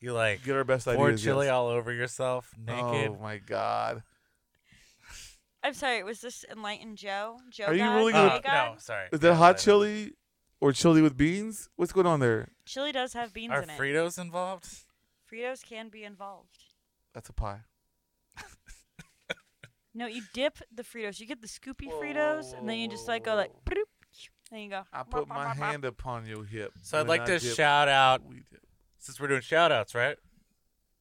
S4: you like
S2: Get our best
S4: pour
S2: ideas.
S4: chili
S2: yes.
S4: all over yourself naked?
S2: Oh my god.
S3: I'm sorry. Was this enlightened Joe? Joe
S2: Are you
S3: God?
S2: really
S4: Uh,
S2: gonna-
S3: Chili God?
S4: no, sorry.
S2: Is that hot chili or chili with beans? What's going on there?
S3: Chili does have beans
S4: Are
S3: in it.
S4: Fritos involved?
S3: Fritos can be involved.
S2: That's a pie.
S3: No, you dip the Fritos. You get the scoopy
S2: Whoa,
S3: Fritos,
S2: whoa,
S3: and then you
S2: whoa,
S3: just like
S2: whoa,
S3: go like.
S2: whoa.
S3: Bloop, then you go.
S2: I
S3: bop,
S2: put
S3: bop,
S2: my
S3: bop, bop.
S2: hand upon your hip.
S4: So
S2: when
S4: I'd like
S2: I
S4: to
S2: dip-
S4: shout out,
S2: We dip.
S4: since we're doing shout outs, right?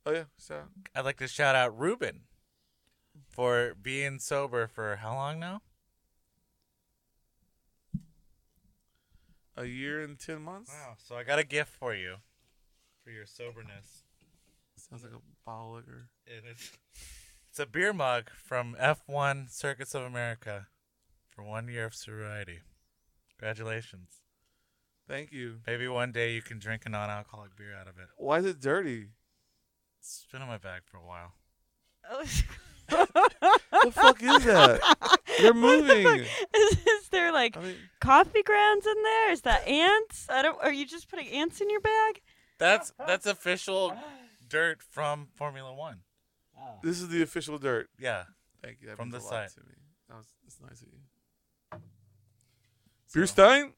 S2: Oh yeah, shout. out.
S4: I'd like to shout out Ruben for being sober for how long now?
S2: A year and ten months.
S4: Wow. So I got a gift for you for your soberness.
S2: Sounds like a bottle of liquor.
S4: And it's it's a beer mug from F1 Circuits of America for one year of sobriety. Congratulations.
S2: Thank you.
S4: Maybe one day you can drink a non-alcoholic beer out of it.
S2: Why is it dirty?
S4: It's been on my back for a while.
S2: What the fuck is that? They're moving.
S3: is, is there like
S2: I mean,
S3: coffee grounds in there? Is that ants? I don't. Are you just putting ants in your bag?
S4: That's that's official dirt from Formula One.
S5: Ah.
S2: this is the official dirt.
S4: Yeah.
S2: Thank you. That
S4: From
S2: means
S4: the
S2: a lot
S4: site.
S2: to me. That was that's nice of you.
S4: So-
S2: Bierstein.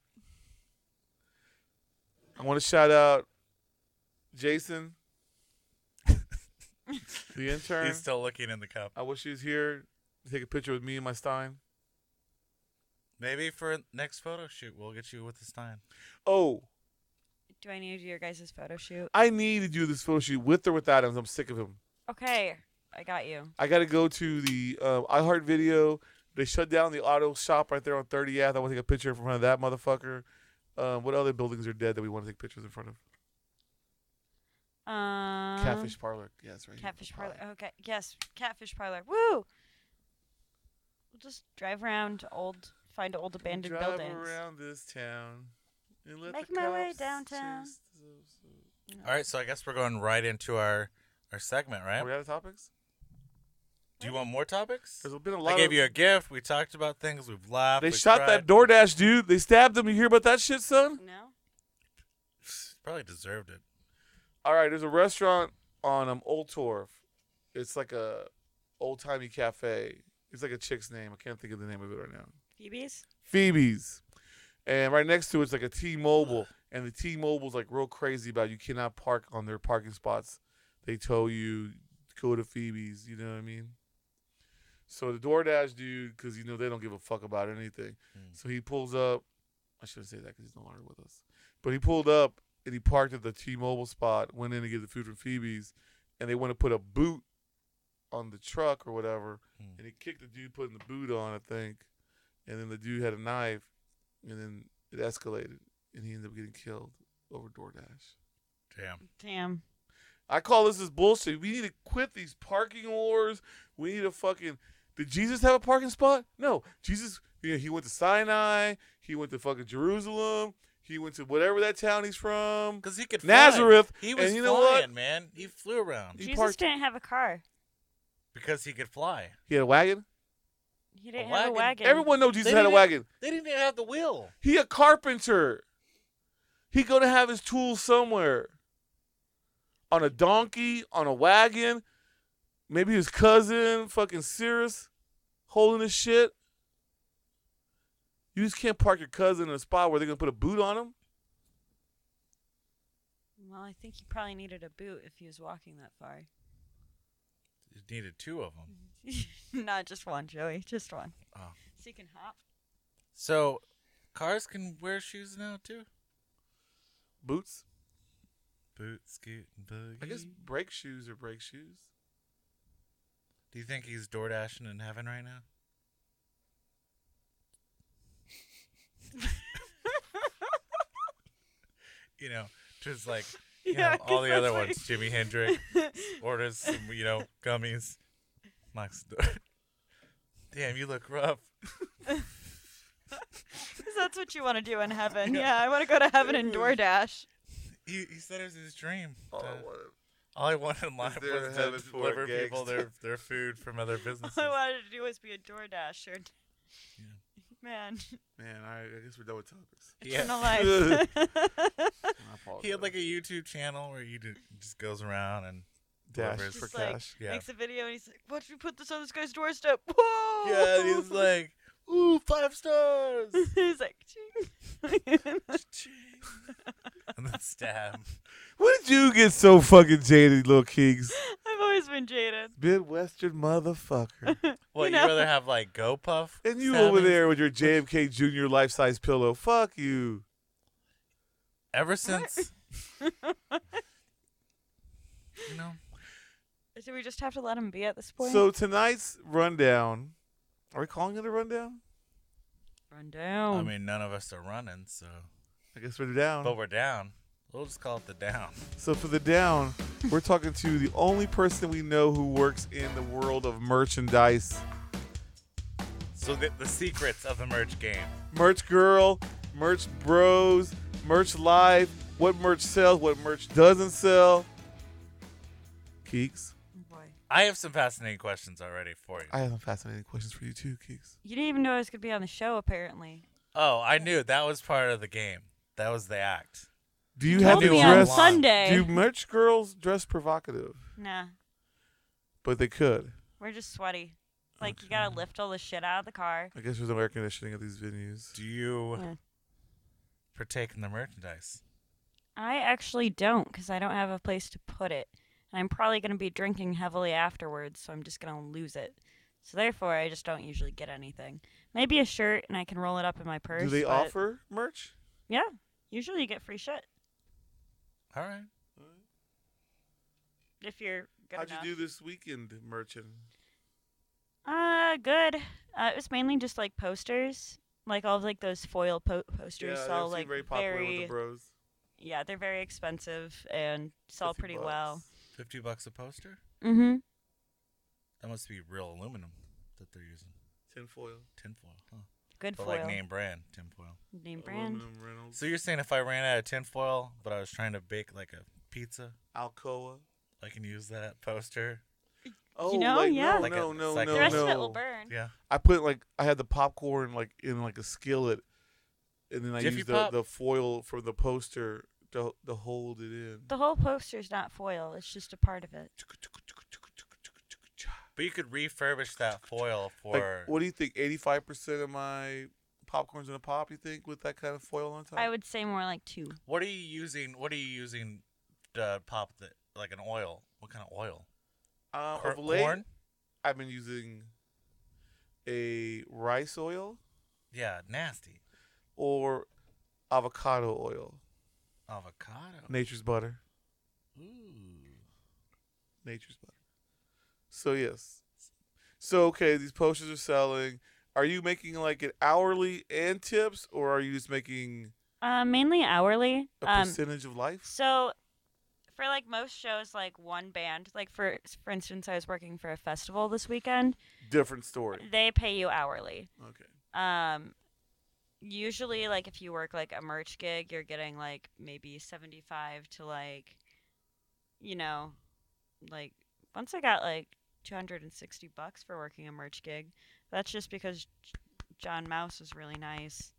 S2: I want to shout out Jason, the intern.
S4: He's still looking in the cup.
S2: I wish he was here to take a picture with me and my Stein.
S4: Maybe for next photo shoot, we'll get you with the Stein.
S2: Oh,
S3: Do I need to do your guys' photo shoot?
S2: I need to do this photo shoot with or without him. I'm sick of him.
S3: Okay, I got you.
S2: I got to go to the uh, iHeart Video. They shut down the auto shop right there on 30th. I want to take a picture in front of that motherfucker. Um, what other buildings are dead that we want to take pictures in front of?
S3: Um,
S2: Catfish Parlor. Yeah, it's right here.
S3: Catfish
S2: Probably.
S3: parlor. Okay, yes, catfish parlor. Woo! We'll just drive around old find old Oh, abandoned
S2: Drive
S3: buildings.
S2: around this town and let
S3: Make
S2: the
S3: my way
S2: cops
S3: downtown.
S2: chase the-
S4: All right, so I guess we're going right into our our segment,
S2: Are
S4: right?
S2: we out of topics?
S4: Do you want more topics?
S2: There's been a lot
S4: I gave
S2: of-
S4: you a gift. We talked about things. We've laughed.
S2: They
S4: we've
S2: shot that
S4: cried.
S2: DoorDash dude. They stabbed him. You hear about that shit, son?
S3: No.
S4: Probably deserved it.
S2: All right, there's a restaurant on um, Old Torf. It's like a old timey cafe. It's like a chick's name. I can't think of the name of it right now.
S3: Phoebe's.
S2: Phoebe's. And right next to it's like a T-Mobile, and the T-Mobile's like real crazy about you cannot park on their parking spots. They tell you go to Phoebe's. You know what I mean? So the DoorDash dude, because you know they don't give a fuck about anything,
S4: Mm.
S2: so he pulls up. I shouldn't say that because he's no longer with us. But he pulled up and he parked at the T-Mobile spot. Went in to get the food from Phoebe's, and they want to put a boot on the truck or whatever,
S4: Mm.
S2: and he kicked the dude putting the boot on, I think, and then the dude had a knife, and then it escalated, and he ended up getting killed over DoorDash.
S4: Damn.
S3: Damn.
S2: I call this is bullshit. We need to quit these parking wars. We need to fucking. Did Jesus have a parking spot? No. Jesus, you know, he went to Sinai. He went to fucking Jerusalem. He went to whatever that town he's from.
S4: Because he could fly.
S2: Nazareth,
S4: He
S2: and
S4: was
S2: you know what?
S4: flying, man. He flew around
S2: He
S3: Jesus
S2: parked-
S3: didn't have a car.
S4: because he could fly.
S2: He had a wagon.
S3: He didn't have a
S4: wagon?
S3: wagon.
S2: Everyone knows Jesus
S4: They
S2: had a
S4: didn't-
S2: wagon.
S4: They didn't even have the wheel.
S2: He a carpenter. He gonna have his tools somewhere. On a donkey, on a wagon, maybe his cousin, fucking Cirrus, holding his shit. You just can't park your cousin in a spot where they're gonna put a boot on him.
S3: Well, I think he probably needed a boot if he was walking that far.
S4: You needed two of them.
S3: Not just one, Joey. Just one.
S4: Oh.
S3: So you can hop.
S4: So cars can wear shoes now too.
S2: Boots.
S4: Boot, scoot, and boogie.
S2: I guess brake shoes are brake shoes.
S4: Do you think he's door dashing in heaven right now? you know, just like you
S3: Yeah,
S4: know, all the other
S3: 'cause
S4: ones. Jimi Hendrix orders some, you know, gummies. Knocks the door. Damn, you look rough.
S3: Because that's what you want to do in heaven. Yeah, I want to go to heaven and DoorDash.
S4: He, he said it was his dream.
S2: Oh,
S4: to-
S2: what a-
S4: all I wanted in life
S2: there
S4: was
S2: heaven
S4: to
S2: for
S4: deliver people
S2: gangsters?
S4: their, their food from other businesses.
S3: All I wanted to do was be a DoorDasher.
S4: Yeah.
S3: Man,
S2: man, all right, I guess we're done with topics.
S4: Yeah.
S3: eternal life.
S2: I
S4: He had like a
S2: apologize.
S4: YouTube channel where he did, just goes around and
S2: dash
S4: delivers-
S2: for
S3: Just like-
S2: cash.
S4: yeah.
S3: Makes a video and he's like, "Why don't you put this on this guy's doorstep?" Whoa!
S4: Yeah, and he's like, ooh, five stars.
S3: he's like, "Ching."
S4: and then stab.
S2: When did you get so fucking jaded, little kings?
S3: I've always been jaded.
S2: Midwestern motherfucker.
S4: Well,
S3: know?
S4: you would rather have like GoPuff?
S2: And you
S4: stabbings?
S2: over there with your JFK Jr. life size pillow. Fuck you.
S4: Ever since. you know?
S3: Do we just have to let him be at this point?
S2: So tonight's rundown. Are we calling it a rundown?
S3: run
S2: Oh.
S3: down.
S4: I mean, none of us are running, so.
S2: I guess we're down.
S4: But we're down. We'll just call it the down.
S2: So for the down, we're talking to the only person we know who works in the world of merchandise.
S4: So the, the secrets of the merch game.
S2: Merch girl, merch bros, merch life. What merch sells? What merch doesn't sell? Keeks,
S3: Oh, boy,
S4: I have some fascinating questions already for you.
S2: I have some fascinating questions for you too, Keeks.
S3: you didn't even know I was gonna be on the show. Apparently,
S4: Oh, I knew that was part of the game. That was the act.
S2: Do you
S3: You
S2: have
S4: told
S2: to
S4: me
S2: dress?
S4: on
S3: Sunday.
S2: Do merch girls dress provocative?
S3: nah,
S2: But they could.
S3: we're just sweaty. Like you gotta lift all the shit out of the car.
S2: I guess there's no air conditioning at these venues.
S4: Do you
S3: Yeah.
S4: partake in the merchandise?
S3: I actually don't, because I don't have a place to put it. And I'm probably going to be drinking heavily afterwards, so I'm just going to lose it. So therefore, I just don't usually get anything. Maybe a shirt, and I can roll it up in my purse.
S2: Do they
S3: but-
S2: offer merch?
S3: Yeah, usually you get free shit
S4: All right.
S3: if you're good
S2: How'd
S3: enough.
S2: you do this weekend, merchant?
S3: Uh, good. Uh, it was mainly just like posters, like all of like those foil po- posters sell
S2: they
S3: like
S2: very popular with the
S3: very-
S2: bros.
S3: yeah, they're very expensive and sell
S2: 50
S3: pretty
S2: bucks.
S3: well.
S4: 50 bucks a poster?
S3: Mm-hmm.
S4: That must be real aluminum that they're using.
S2: Tinfoil.
S4: Tinfoil, huh?
S3: Good
S4: But
S3: foil.
S4: like name brand tinfoil.
S3: Name brand.
S2: Aluminum Reynolds.
S4: So you're saying if I ran out of tinfoil, but I was trying to bake like a pizza,
S2: Alcoa.
S4: I can use that poster.
S2: Oh,
S3: know,
S2: like,
S3: yeah.
S2: No,
S4: Like a-
S2: no, no,
S4: it's like
S2: no,
S3: the rest
S2: no.
S3: of it will burn.
S4: Yeah.
S2: I put like I had the popcorn like in like a skillet, and then I
S4: Jiffy
S2: used the,
S4: Pop?
S2: the foil for the poster to to hold it in.
S3: The whole poster's not foil. It's just a part of it.
S4: But you could refurbish that foil for
S2: Like, what do you think? Eighty-five percent of my popcorn's in a pop. You think with that kind of foil on top?
S3: I would say more like two.
S4: what are you using? What are you using to pop the like an oil? What kind of oil?
S2: Uh,
S4: Cor-
S2: of late,
S4: corn?
S2: I've been using a rice oil
S4: Yeah, nasty.
S2: or avocado oil.
S4: Avocado.
S2: Nature's butter.
S4: Ooh.
S2: Nature's butter. So yes. So okay, these posters are selling. Are you making like an hourly and tips, or are you just making
S3: Uh, mainly hourly.
S2: a
S3: Um,
S2: percentage of life?
S3: So, for like most shows, like one band, like for for instance, I was working for a festival this weekend.
S2: Different story.
S3: They pay you hourly.
S2: Okay.
S3: Um, usually, like if you work like a merch gig, you're getting like maybe seventy five to like, you know, like once I got like two hundred and sixty bucks for working a merch gig. That's just because J- John Mouse was really nice.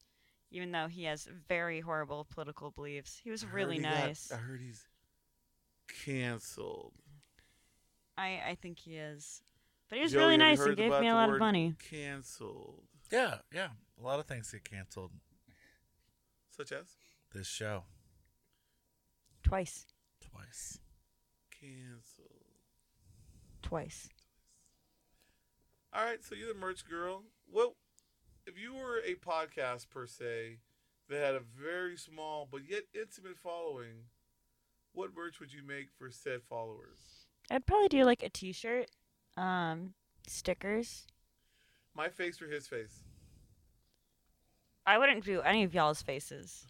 S3: Even though he has very horrible political beliefs, he was
S2: I heard
S3: really
S2: he got- uh,
S3: nice.
S2: I heard he's canceled.
S3: I I think he is. But he was
S2: Joey,
S3: really
S2: have you
S3: nice and
S2: heard
S3: gave
S2: about
S3: me a
S2: the
S3: lot
S2: word
S3: of money.
S2: Canceled.
S4: Yeah, yeah. A lot of things get canceled
S2: Such as
S4: this show
S3: Twice.
S4: twice.
S2: canceled.
S3: Twice.
S2: All right, so you're the merch girl. Well, if you were a podcast per se that had a very small but yet intimate following, what merch would you make for said followers?
S3: I'd probably do like a t shirt, um, stickers.
S2: My face or his face?
S3: I wouldn't do any of y'all's faces.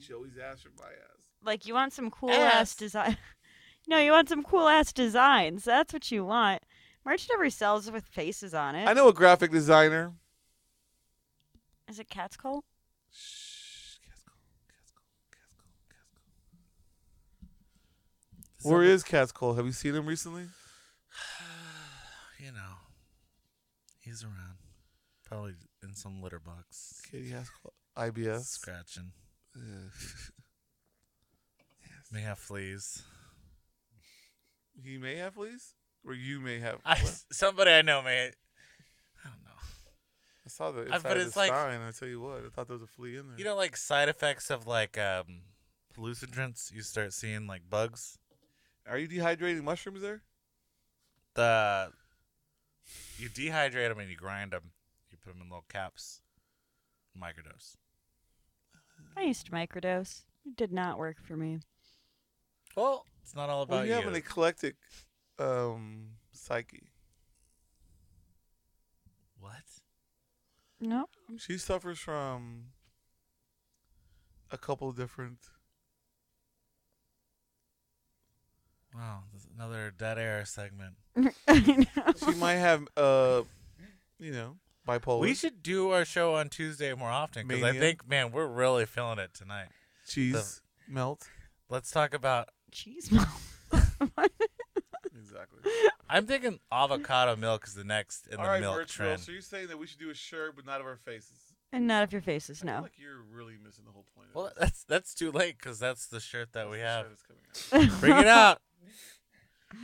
S2: Joey's ass or my ass?
S3: Like you want some cool
S4: Ass.
S3: ass design No, you want some cool ass designs. That's what you want. Merch never sells with faces on it.
S2: I know a graphic designer.
S3: Is it Cat's Cult?
S2: Shh, Where is Cat's Cole? Have you seen him recently?
S4: you know, he's around. Probably in some litter box.
S2: Katie has IBS.
S4: Scratching.
S2: Ugh.
S4: May have fleas.
S2: He may have fleas, or you may have.
S4: I,
S2: what?
S4: somebody I know may. I don't know.
S2: I saw the
S4: Uh,
S2: inside
S4: but
S2: of
S4: it's
S2: the
S4: like-
S2: sign. I tell you what, I thought there was a flea in there.
S4: You know, like side effects of like um, hallucinogens. You start seeing like bugs.
S2: are you dehydrating mushrooms there?
S4: The you dehydrate them and you grind them. You put them in little caps. Microdose.
S3: I used to microdose. It did not work for me.
S4: Well, it's not all about
S2: Well, you have
S4: you.
S2: an eclectic um, psyche.
S4: what?
S3: No.
S2: She suffers from a couple different.
S4: Wow, this is another dead air segment.
S3: I know.
S2: She might have, uh, you know, bipolar.
S4: We should do our show on Tuesday more often because I
S2: Mania.
S4: think, man, we're really feeling it tonight.
S2: cheese melt.
S4: Let's talk about.
S3: Cheese mom.
S2: Exactly.
S4: I'm thinking avocado milk is the next in
S2: All
S4: the
S2: right,
S4: milk
S2: Birch Girl,
S4: trend.
S2: So you're saying that we should do a shirt, but not of our faces.
S3: and not of your faces,
S2: I feel
S3: no.
S2: like you're really missing the whole point. Of
S4: Well,
S2: this.
S4: that's that's too late because that's the shirt that we
S2: The
S4: have.
S2: shirt is coming out.
S4: Bring it out.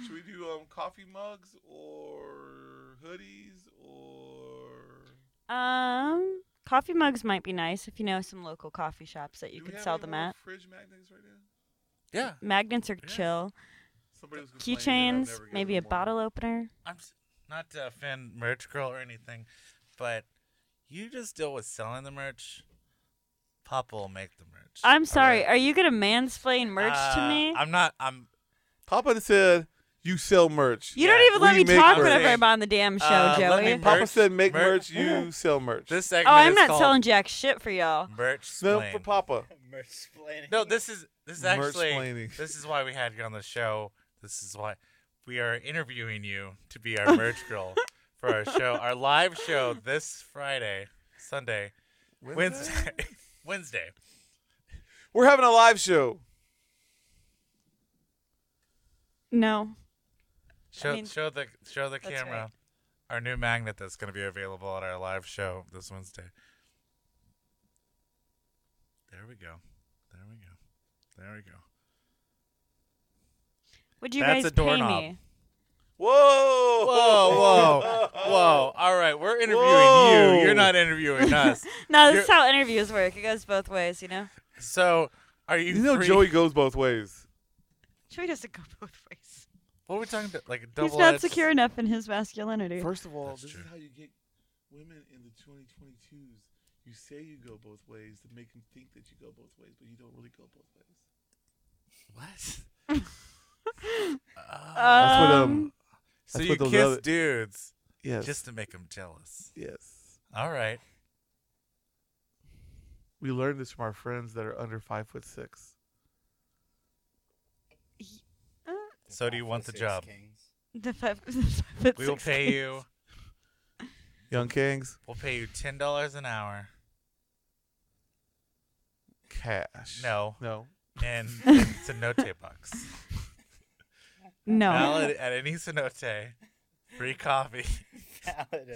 S2: Should we do um coffee mugs or hoodies or
S3: Um, coffee mugs might be nice if you know some local coffee shops that you
S2: Do we
S3: could
S2: have
S3: sell
S2: any
S3: them
S2: more
S3: at.
S2: Fridge magnets right now.
S4: Yeah,
S3: Magnets are
S4: Yeah.
S3: chill.
S2: Somebody was complaining that I've
S3: Keychains,
S2: never given
S3: maybe a
S2: them one.
S3: bottle opener.
S4: I'm s- not to offend merch girl or anything, but you just deal with selling the merch. Papa will make the merch.
S3: I'm sorry.
S4: Alright?
S3: Are you gonna mansplain merch to
S4: Uh,
S3: me?
S4: I'm not. I'm
S2: Papa said you sell merch.
S3: you don't even let
S2: We
S3: me
S2: make
S3: talk
S2: merch.
S3: whenever I'm on the damn show,
S4: Uh, let
S3: Joey.
S4: me-
S2: Papa
S4: Merch,
S2: said make merch,
S4: merch.
S2: you sell merch.
S4: this
S3: oh,
S4: segment.
S3: I'm
S4: is
S3: not
S4: called
S3: selling jack shit for y'all.
S4: merch.
S2: no
S4: Splain.
S2: for Papa.
S5: Merch planning.
S4: No, this is this is actually
S2: Merch-plaining.
S4: this is why we had you on the show. This is why we are interviewing you to be our merch girl for our show, our live show this Friday. Sunday, Wednesday, Wednesday.
S2: We're having a live show.
S3: No.
S4: Show
S3: mean,
S4: show the show the
S3: that's
S4: camera
S3: right.
S4: our new magnet that's going to be available at our live show this Wednesday. There we go. There we go. There we go.
S3: Would you
S4: That's
S3: guys
S4: a
S3: pay
S4: doorknob.
S3: me?
S2: Whoa!
S4: Whoa, whoa, whoa! All right, we're interviewing
S2: Whoa.
S4: you. You're not interviewing us.
S3: No, this is
S4: You're-
S3: how interviews work. It goes both ways, you know?
S4: so, are you?
S2: You know
S4: free-
S2: Joey goes both ways.
S3: Joey doesn't go both ways.
S4: What are we talking about? Like a double.
S3: He's not secure enough in his masculinity.
S2: First of all,
S4: That's
S2: this
S4: true.
S2: is how you get women in the 2022s. You say you go both ways to make them think that you go both ways, but you don't really go both ways.
S4: What? Uh,
S2: That's what
S3: Um,
S2: um.
S4: So
S2: That's
S4: you
S2: what those
S4: kiss
S2: other-
S4: dudes
S2: Yes.
S4: just to make them jealous.
S2: yes.
S4: All right.
S2: We learned this from our friends that are under five foot six.
S4: So do you want the job?
S3: The five, the five foot
S4: We will
S3: six
S4: pay
S3: kid.
S4: you.
S2: Young Kings,
S4: We'll pay you ten dollars an hour.
S2: cash.
S4: No.
S2: No.
S4: and it's a note box.
S3: No.
S4: Valid at any cenote, free coffee,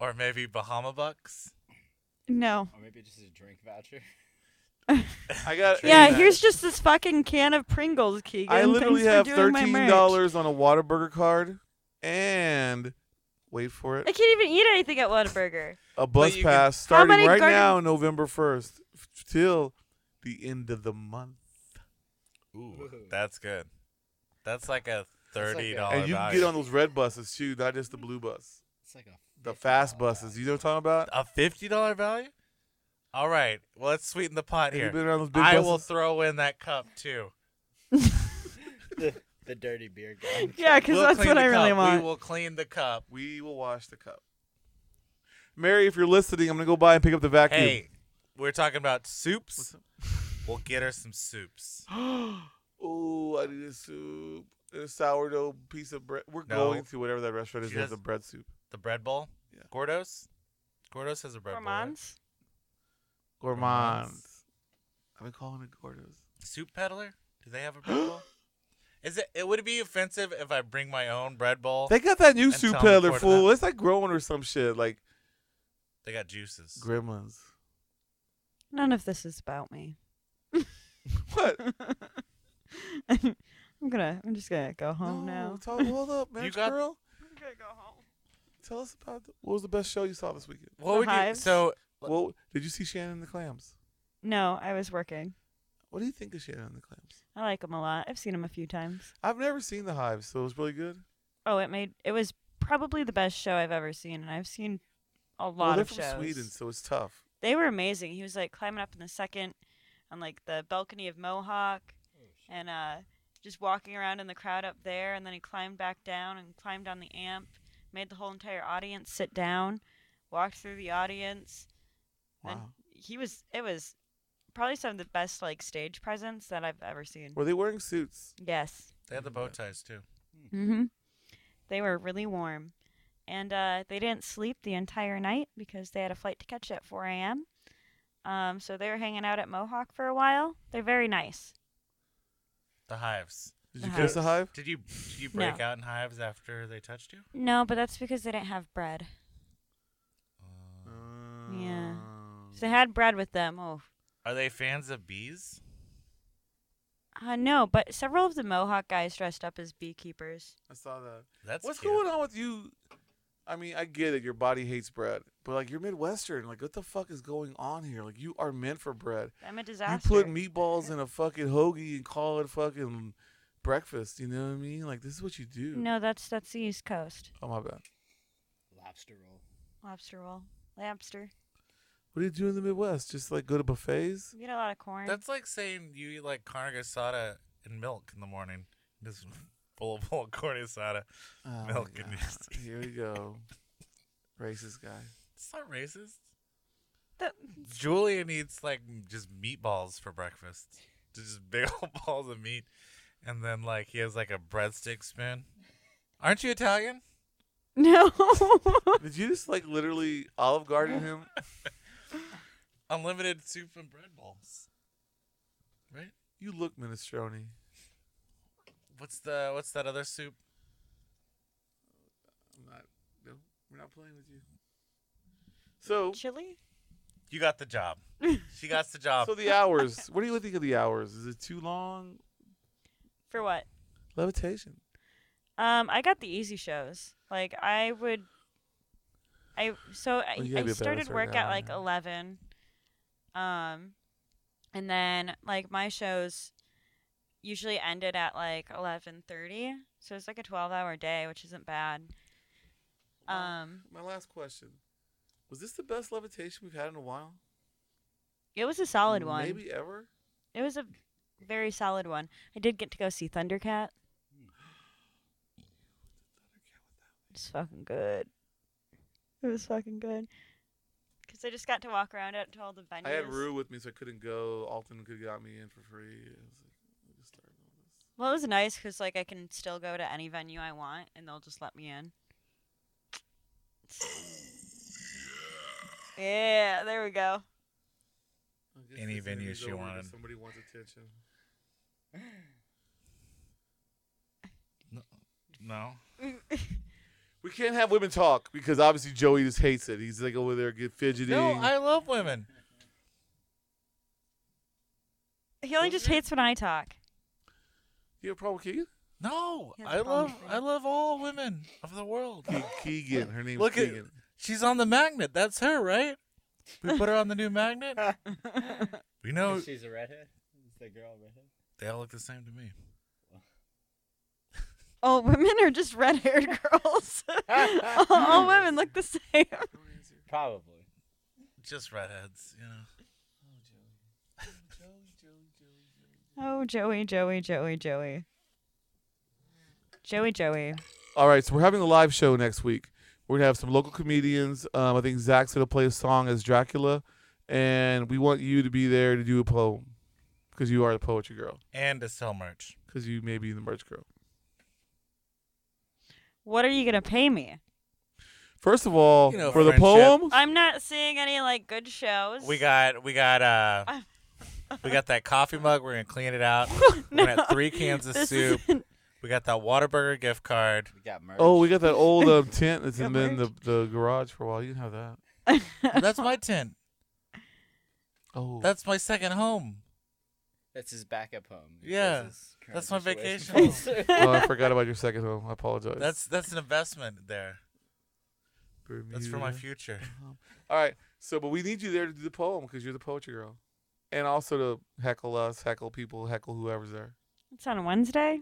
S4: or maybe Bahama bucks.
S3: No.
S5: Or maybe just a drink voucher.
S2: I got.
S3: Yeah, here's just this fucking can of Pringles, Keegan.
S2: I literally have
S3: Thanks for doing my
S2: thirteen
S3: merch.
S2: dollars on a Whataburger card, and wait for
S3: I
S2: it,
S3: can't even eat anything at Whataburger.
S2: a bus
S4: you can-
S2: pass starting
S3: many
S2: right
S3: garden-
S2: now, November first, till the end of the month,
S4: Ooh,
S5: Ooh.
S4: that's good. That's like a
S5: like a-
S4: thirty dollar.
S2: and you can get on those red buses too, not just the blue bus,
S5: It's like a
S2: the fast buses. You know what I'm talking about?
S4: a fifty dollar value. All right, well, let's sweeten the pot
S2: Have you
S4: here.
S2: been around those big
S4: I
S2: buses?
S4: will throw in that cup too.
S5: the, the dirty beer guy.
S3: Yeah, because
S4: We'll
S3: that's
S4: clean
S3: what
S4: the
S3: I really
S4: cup.
S3: want.
S4: We will clean the cup.
S2: we will wash the cup. Mary, if you're listening, I'm gonna go by and pick up the vacuum.
S4: Hey, we're talking about
S2: What's
S4: soups. We'll get her some soups.
S2: Ooh, I need a soup. A sourdough piece of bread. We're
S4: No.
S2: going to whatever that restaurant is.
S4: She
S2: that has a
S4: doesn't-
S2: bread soup.
S4: The bread bowl.
S2: Yeah.
S4: Gordos. Gordos has a bread bowl. right?
S3: Gourmands?
S2: Gourmands. I've been calling it Gordos.
S4: Soup peddler? Do they have a bread bowl? Is it? It would be offensive if I bring my own bread bowl. They,
S2: They got that new
S4: Oh, And
S2: soup
S4: tell 'em to
S2: peddler
S4: order
S2: fool.
S4: that.
S2: It's like growing or some shit, like
S4: got juices.
S2: Gremlins.
S3: None of this is about me.
S2: What?
S3: I'm gonna. I'm just gonna go home
S2: No,
S3: now.
S2: Talk, hold up, man.
S4: You got-
S2: girl.
S3: I'm gonna go home.
S2: Tell us about the, what was the best show you saw this weekend.
S4: What
S3: The
S4: would
S3: hives?
S4: you? So
S2: Well, did you see Shannon and the Clams?
S3: No, I was working.
S2: What do you think of Shannon and the Clams?
S3: I like him a lot. I've seen him a few times.
S2: I've never seen the Hives, so it was really good.
S3: Oh, it made it was probably the best show I've ever seen, and I've seen a lot
S2: well, they're
S3: of
S2: from
S3: shows.
S2: Sweden, so it's tough.
S3: They were amazing. He was like climbing up in the second, on like the balcony of Mohawk, and uh, just walking around in the crowd up there, and then he climbed back down and climbed on the amp, made the whole entire audience sit down, walked through the audience, And
S2: Wow.
S3: he was it was probably some of the best like stage presence that I've ever seen.
S2: Were they wearing suits?
S3: Yes.
S4: they had the bow ties too.
S3: Mm-hmm. They were really warm. And uh, they didn't sleep the entire night because they had a flight to catch at 4 a.m. Um, so they were hanging out at Mohawk for a while. They're very nice.
S4: The hives.
S2: Did
S3: The
S2: you kiss the Hive?
S4: Did you? Did you break
S3: No.
S4: out in hives after they touched you?
S3: No, but that's because they didn't have bread.
S2: Uh,
S3: Yeah. If they had bread with them, oh.
S4: Are they fans of bees?
S3: Uh, no, but several of the Mohawk guys dressed up as beekeepers.
S2: I saw that.
S4: That's
S2: What's going on with you? I mean, I get it. Your body hates bread, but like you're Midwestern. Like, what the fuck is going on here? Like, you are meant for bread.
S3: I'm a disaster.
S2: You put meatballs in a fucking hoagie and call it fucking breakfast. You know what I mean? Like, this is what you do.
S3: No, that's that's the East Coast.
S2: Oh my bad.
S5: Lobster roll.
S3: Lobster roll. Lobster.
S2: What do you do in the Midwest? Just like go to buffets?
S3: We get a lot of corn.
S4: That's like saying you eat like carne asada and milk in the morning. Just full bowl of carne asada.
S2: Oh my
S4: Milk and
S2: God.
S4: yeast.
S2: Here we go. Racist guy.
S4: It's not racist.
S3: That-
S4: Julian eats like just meatballs for breakfast, just big old balls of meat, and then like he has like a breadstick spoon. Aren't you Italian?
S3: No.
S2: Did you just like literally Olive Garden him?
S4: Unlimited soup and bread bowls. Right?
S2: You look minestrone.
S4: What's the what's that other soup?
S2: I'm not. No, we're not playing with you. So,
S3: Chili?
S4: You got the job. She got the job.
S2: so the hours. What do you think of the hours? Is it too long?
S3: For what?
S2: Levitation.
S3: Um, I got the easy shows. Like I would, I so I,
S2: Well, you gotta
S3: I
S2: be a
S3: started
S2: barista
S3: work
S2: now,
S3: at like
S2: yeah.
S3: eleven, um, and then like my shows usually ended at like eleven thirty, so it's like a twelve hour day, which isn't bad. Um,
S2: My last question. Was this the best levitation we've had in a while?
S3: it was a solid one.
S2: Maybe ever?
S3: It was a very solid one. I did get to go see Thundercat. Hmm. It's fucking good. It was fucking good. Cause I just got to walk around out to all the venues.
S2: I had Rue with me, so I couldn't go. Alton could have got me in for free. I was like, "Let me just start doing this."
S3: Well, it was nice because like I can still go to any venue I want, and they'll just let me in. Yeah, there we go.
S2: I guess
S4: Any
S2: this
S4: venue
S2: interview's
S4: she
S2: over because
S4: wanted.
S2: Somebody wants attention.
S4: no.
S2: We can't have women talk because obviously Joey just hates it. He's like over there get fidgeting.
S4: No, I love women.
S3: He only just hates when I talk.
S2: you have a problem with Keegan?
S4: No,
S3: He has
S4: I
S3: a problem
S4: love
S3: with
S4: I love all women of the world.
S2: Ke- Keegan. Her name's
S4: Look at-
S2: Keegan.
S4: She's on the magnet. That's her, right? We put her on the new magnet. We know
S5: She's a redhead. Is the girl a redhead?
S4: they all look the same to me.
S3: Oh, women are just red-haired girls. all, all women look the same.
S5: Probably.
S4: Just redheads, you know.
S3: Oh, Joey, Joey, Joey, Joey. Joey, Joey.
S2: All right, so we're having a live show next week. We're gonna have some local comedians. Um, I think Zach's gonna play a song as Dracula, and we want you to be there to do a poem because you are the poetry girl.
S4: And to sell merch.
S2: Because you may be the merch girl.
S3: What are you going to pay me?
S2: First of all,
S4: You know,
S2: for the
S4: friendship.
S2: poem,
S3: I'm not seeing any, like, good shows.
S4: We got we got uh we got that coffee mug. We're gonna clean it out. We're gonna have three cans of
S3: This
S4: soup.
S3: isn't-
S4: We got that Whataburger gift card.
S5: We got merch.
S2: oh, we got that old um, tent that's
S3: Yeah,
S2: in the, in the
S3: merch.
S2: the garage for a while. You can have that.
S4: That's my tent.
S2: Oh,
S4: That's my second home.
S5: That's his backup home. because
S4: Yeah,
S5: his current
S4: that's my
S5: situation-
S4: vacation
S2: oh, I forgot about your second home. I apologize.
S4: That's that's an investment there. That's for my
S2: Bermuda.
S4: future.
S2: All right. So, but we need you there to do the poem because you're the poetry girl, and also to heckle us, heckle people, heckle whoever's there.
S3: It's on Wednesday.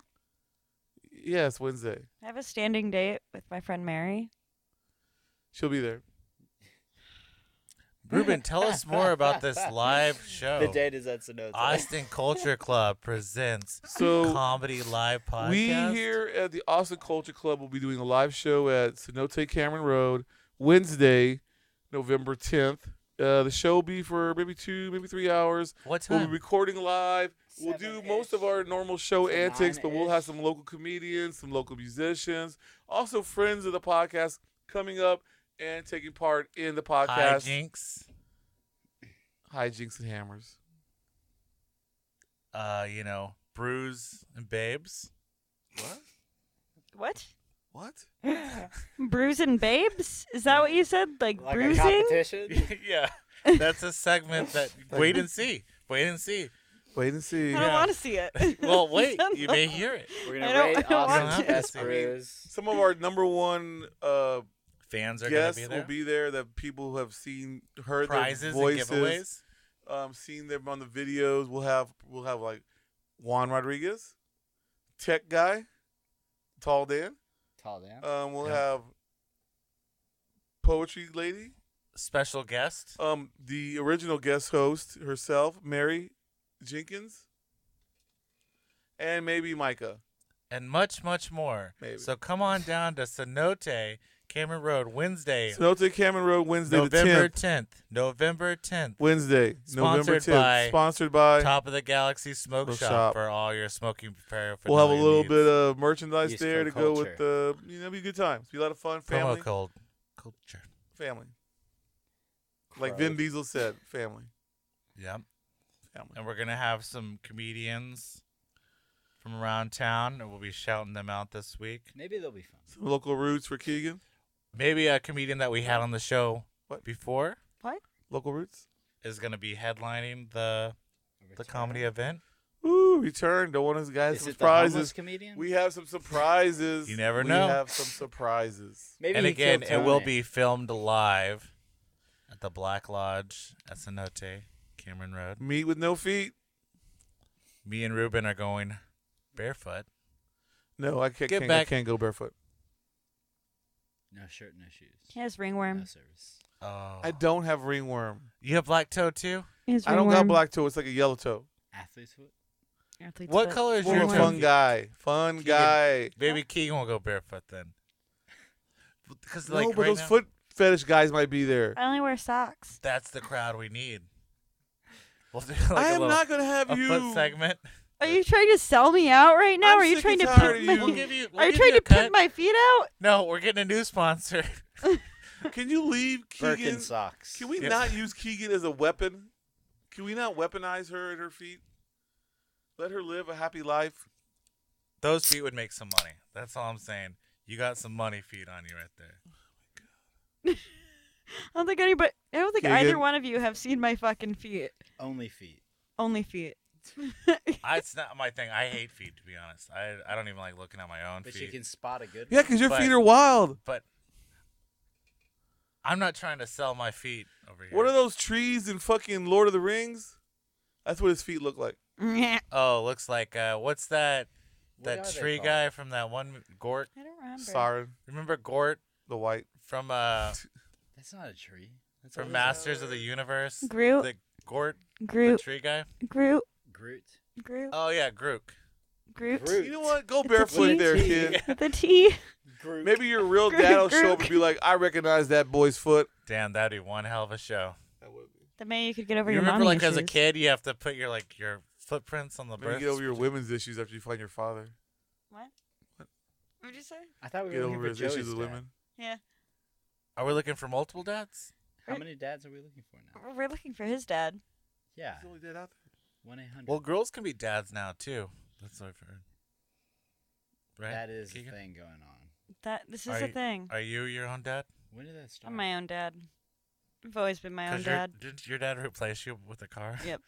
S2: Yes, Wednesday.
S3: I have a standing date with my friend Mary.
S2: She'll be there.
S4: Ruben, tell us more about this live show.
S5: the date is at Sonota.
S4: Austin Culture Club presents
S2: So
S4: comedy live podcast.
S2: we here at the Austin Culture Club will be doing a live show at Cenote Cameron Road Wednesday, November 10th. Uh, the show will be for maybe two, maybe three hours.
S4: What
S2: We'll be
S4: time?
S2: recording live. we We'll do
S5: Seven-ish.
S2: most of our normal show
S5: To
S2: antics, but we'll
S5: nine-ish.
S2: have some local comedians, some local musicians, also friends of the podcast coming up and taking part in the
S4: Hi,
S2: podcast.
S4: Jinx.
S2: Hijinks and hammers.
S4: Uh, you know, Brews and Babes.
S2: What?
S3: What?
S2: What?
S3: Bruising Babes? Is that what you said? Like,
S5: like a
S3: bruising?
S5: competition.
S4: yeah, that's a segment that wait and see. Wait and see.
S2: Wait and see.
S3: I don't
S4: Yeah.
S3: want to see it.
S4: Well, wait, you may hear it.
S5: We're
S3: I
S5: gonna
S3: don't- I
S5: rate
S3: don't
S4: want
S5: Austin's
S4: to.
S5: best
S4: I mean,
S5: brews.
S2: Some of our number one uh,
S4: Fans are
S2: guests
S4: gonna be there.
S2: will be there that people who have seen, heard
S4: Prizes
S2: their
S4: and
S2: voices,
S4: giveaways.
S2: um, seen them on the videos. We'll have we'll have like Juan Rodriguez, Tech Guy, Tall Dan.
S5: Tall down.
S2: Um, we'll
S4: Yeah.
S2: have Poetry Lady,
S4: Special guest.
S2: um, the original guest host herself, Mary Jenkins, and maybe Micah.
S4: and much, much more.
S2: Maybe.
S4: So come on down to Cenote Cameron Road, Wednesday,
S2: Snow to Cameron Road Wednesday the
S4: November
S2: 10th.
S4: 10th. November 10th.
S2: Wednesday, November
S4: Sponsored
S2: 10th.
S4: by-
S2: Sponsored by.
S4: Top of the Galaxy Smoke
S2: Smoke
S4: shop,
S2: Shop.
S4: for all your smoking prepare.
S2: we'll have a little bit of merchandise
S5: Useful
S2: there to go with the. You know, it'll be a good time. It'll be a lot of fun. Family.
S4: promo code culture.
S2: Family. Like Vin
S5: Christ.
S2: Diesel said, family.
S4: Yep.
S2: Family.
S4: And we're gonna have some comedians from around town, and we'll be shouting them out this week.
S5: Maybe they'll be fun.
S2: Some local roots for Keegan.
S4: Maybe a comedian that we had on the show
S2: What?
S4: before
S3: What?
S2: Local roots.
S4: is gonna be headlining the the comedy event.
S2: Ooh, return. Don't want us guys
S5: Is
S2: some
S5: it the homeless
S2: surprises.
S5: comedian?
S2: We have some surprises.
S4: You never
S2: we
S4: know.
S2: We have some surprises.
S5: Maybe
S4: and
S5: he
S4: again,
S5: killed
S4: it will
S5: Tony.
S4: be filmed live at the Black Lodge at Cenote, Cameron Road.
S2: Meat with no feet.
S4: Me and Ruben are going barefoot.
S2: No, I can't.
S4: Get
S2: can't,
S4: back.
S2: can't go barefoot.
S5: No shirt, no shoes.
S3: He has
S5: No
S3: ringworm.
S5: service.
S4: Oh,
S2: I don't have ringworm.
S4: you have black toe too.
S3: He has
S2: I don't got
S3: ringworm.
S2: black toe. It's like a yellow toe.
S5: Athlete's foot.
S3: Athlete's
S4: What
S3: foot.
S4: color is
S2: We're
S4: your
S2: a
S3: Ringworm.
S4: toe?
S2: fun guy. Fun
S4: Keegan.
S2: guy.
S4: Baby Keegan will go barefoot then. Because like
S2: no, but
S4: right
S2: those
S4: now,
S2: foot fetish guys might be there.
S3: I only wear socks.
S4: that's the crowd we need. We'll do like
S2: I
S4: a
S2: am
S4: little,
S2: not gonna have
S4: a
S2: you.
S4: foot segment.
S3: Are you trying to sell me out right now?
S2: I'm
S3: Are you
S2: sick
S3: trying to
S2: and tired
S3: pimp
S2: of
S3: my?
S2: you. We'll
S4: give you- we'll
S3: Are you
S4: give
S3: trying
S4: you a
S3: to pimp
S4: cut.
S3: my feet out?
S4: No, we're getting a new sponsor.
S2: Can you leave Keegan?
S5: Birkin socks.
S2: Can we
S4: Yeah.
S2: not use Keegan as a weapon? Can we not weaponize her at her feet? Let her live a happy life.
S4: Those feet would make some money. That's all I'm saying. You got some money feet on you right there.
S3: I don't think anybody. I don't think
S2: Keegan.
S3: either one of you have seen my fucking feet.
S5: Only feet.
S3: Only feet.
S4: I, it's not my thing. I hate feet to be honest. I I don't even like looking at my own
S5: But
S4: feet.
S5: you can spot a good
S2: Yeah, because your
S4: But-
S2: feet are wild.
S4: But I'm not trying to sell my feet over here.
S2: What are those trees in fucking Lord of the Rings? That's what his feet look like.
S3: I
S4: Oh, looks like uh, what's that?
S5: What
S4: That
S5: are they
S4: tree
S5: called?
S4: guy from that one Gort.
S3: don't remember.
S2: Saren,
S4: Remember Gort
S2: the white.
S4: from uh
S5: That's not a tree. That's a
S4: from
S5: lizard.
S4: Masters of the Universe?
S3: Groot.
S4: The Gort, the
S3: Groot.
S4: tree guy.
S3: Groot.
S5: Groot.
S3: Groot.
S4: Oh yeah, Groot.
S3: Groot.
S5: Groot.
S2: You know what? Go
S3: It's a
S2: barefoot
S3: tea.
S2: there,
S5: Tea.
S2: kid.
S3: With a T.
S5: Groot.
S2: Maybe your real dad will show up and
S3: Groot.
S2: be like, I recognize that boy's foot.
S4: Damn, that'd be one hell of a show.
S3: The man you could get over
S4: you
S3: your
S4: remember,
S3: mommy
S4: like as a
S3: issues.
S4: kid, you have to put your like your footprints on the
S2: Maybe
S4: birth.
S2: get over your women's issues after you find your father.
S3: What? What did you say?
S5: I thought we
S2: Get
S5: were
S2: over
S5: looking
S2: his
S5: for Joey's
S2: issues with
S5: dad.
S2: women.
S3: Yeah.
S4: Are we looking for multiple dads?
S5: How many dads are we looking for now?
S3: We're looking for his dad.
S5: Yeah,
S2: He's only dead out there.
S5: one eight hundred.
S4: Well, girls can be dads now too. That's what I've heard. Right?
S5: that is a
S4: Keegan?
S5: thing going on.
S3: That this is
S4: Are
S3: a
S4: you-
S3: thing.
S4: Are you your own dad?
S5: When did that start?
S3: I'm my own dad. I've always been my own
S4: 'Cause your-
S3: dad.
S4: Didn't your dad replace you with a car?
S3: Yep.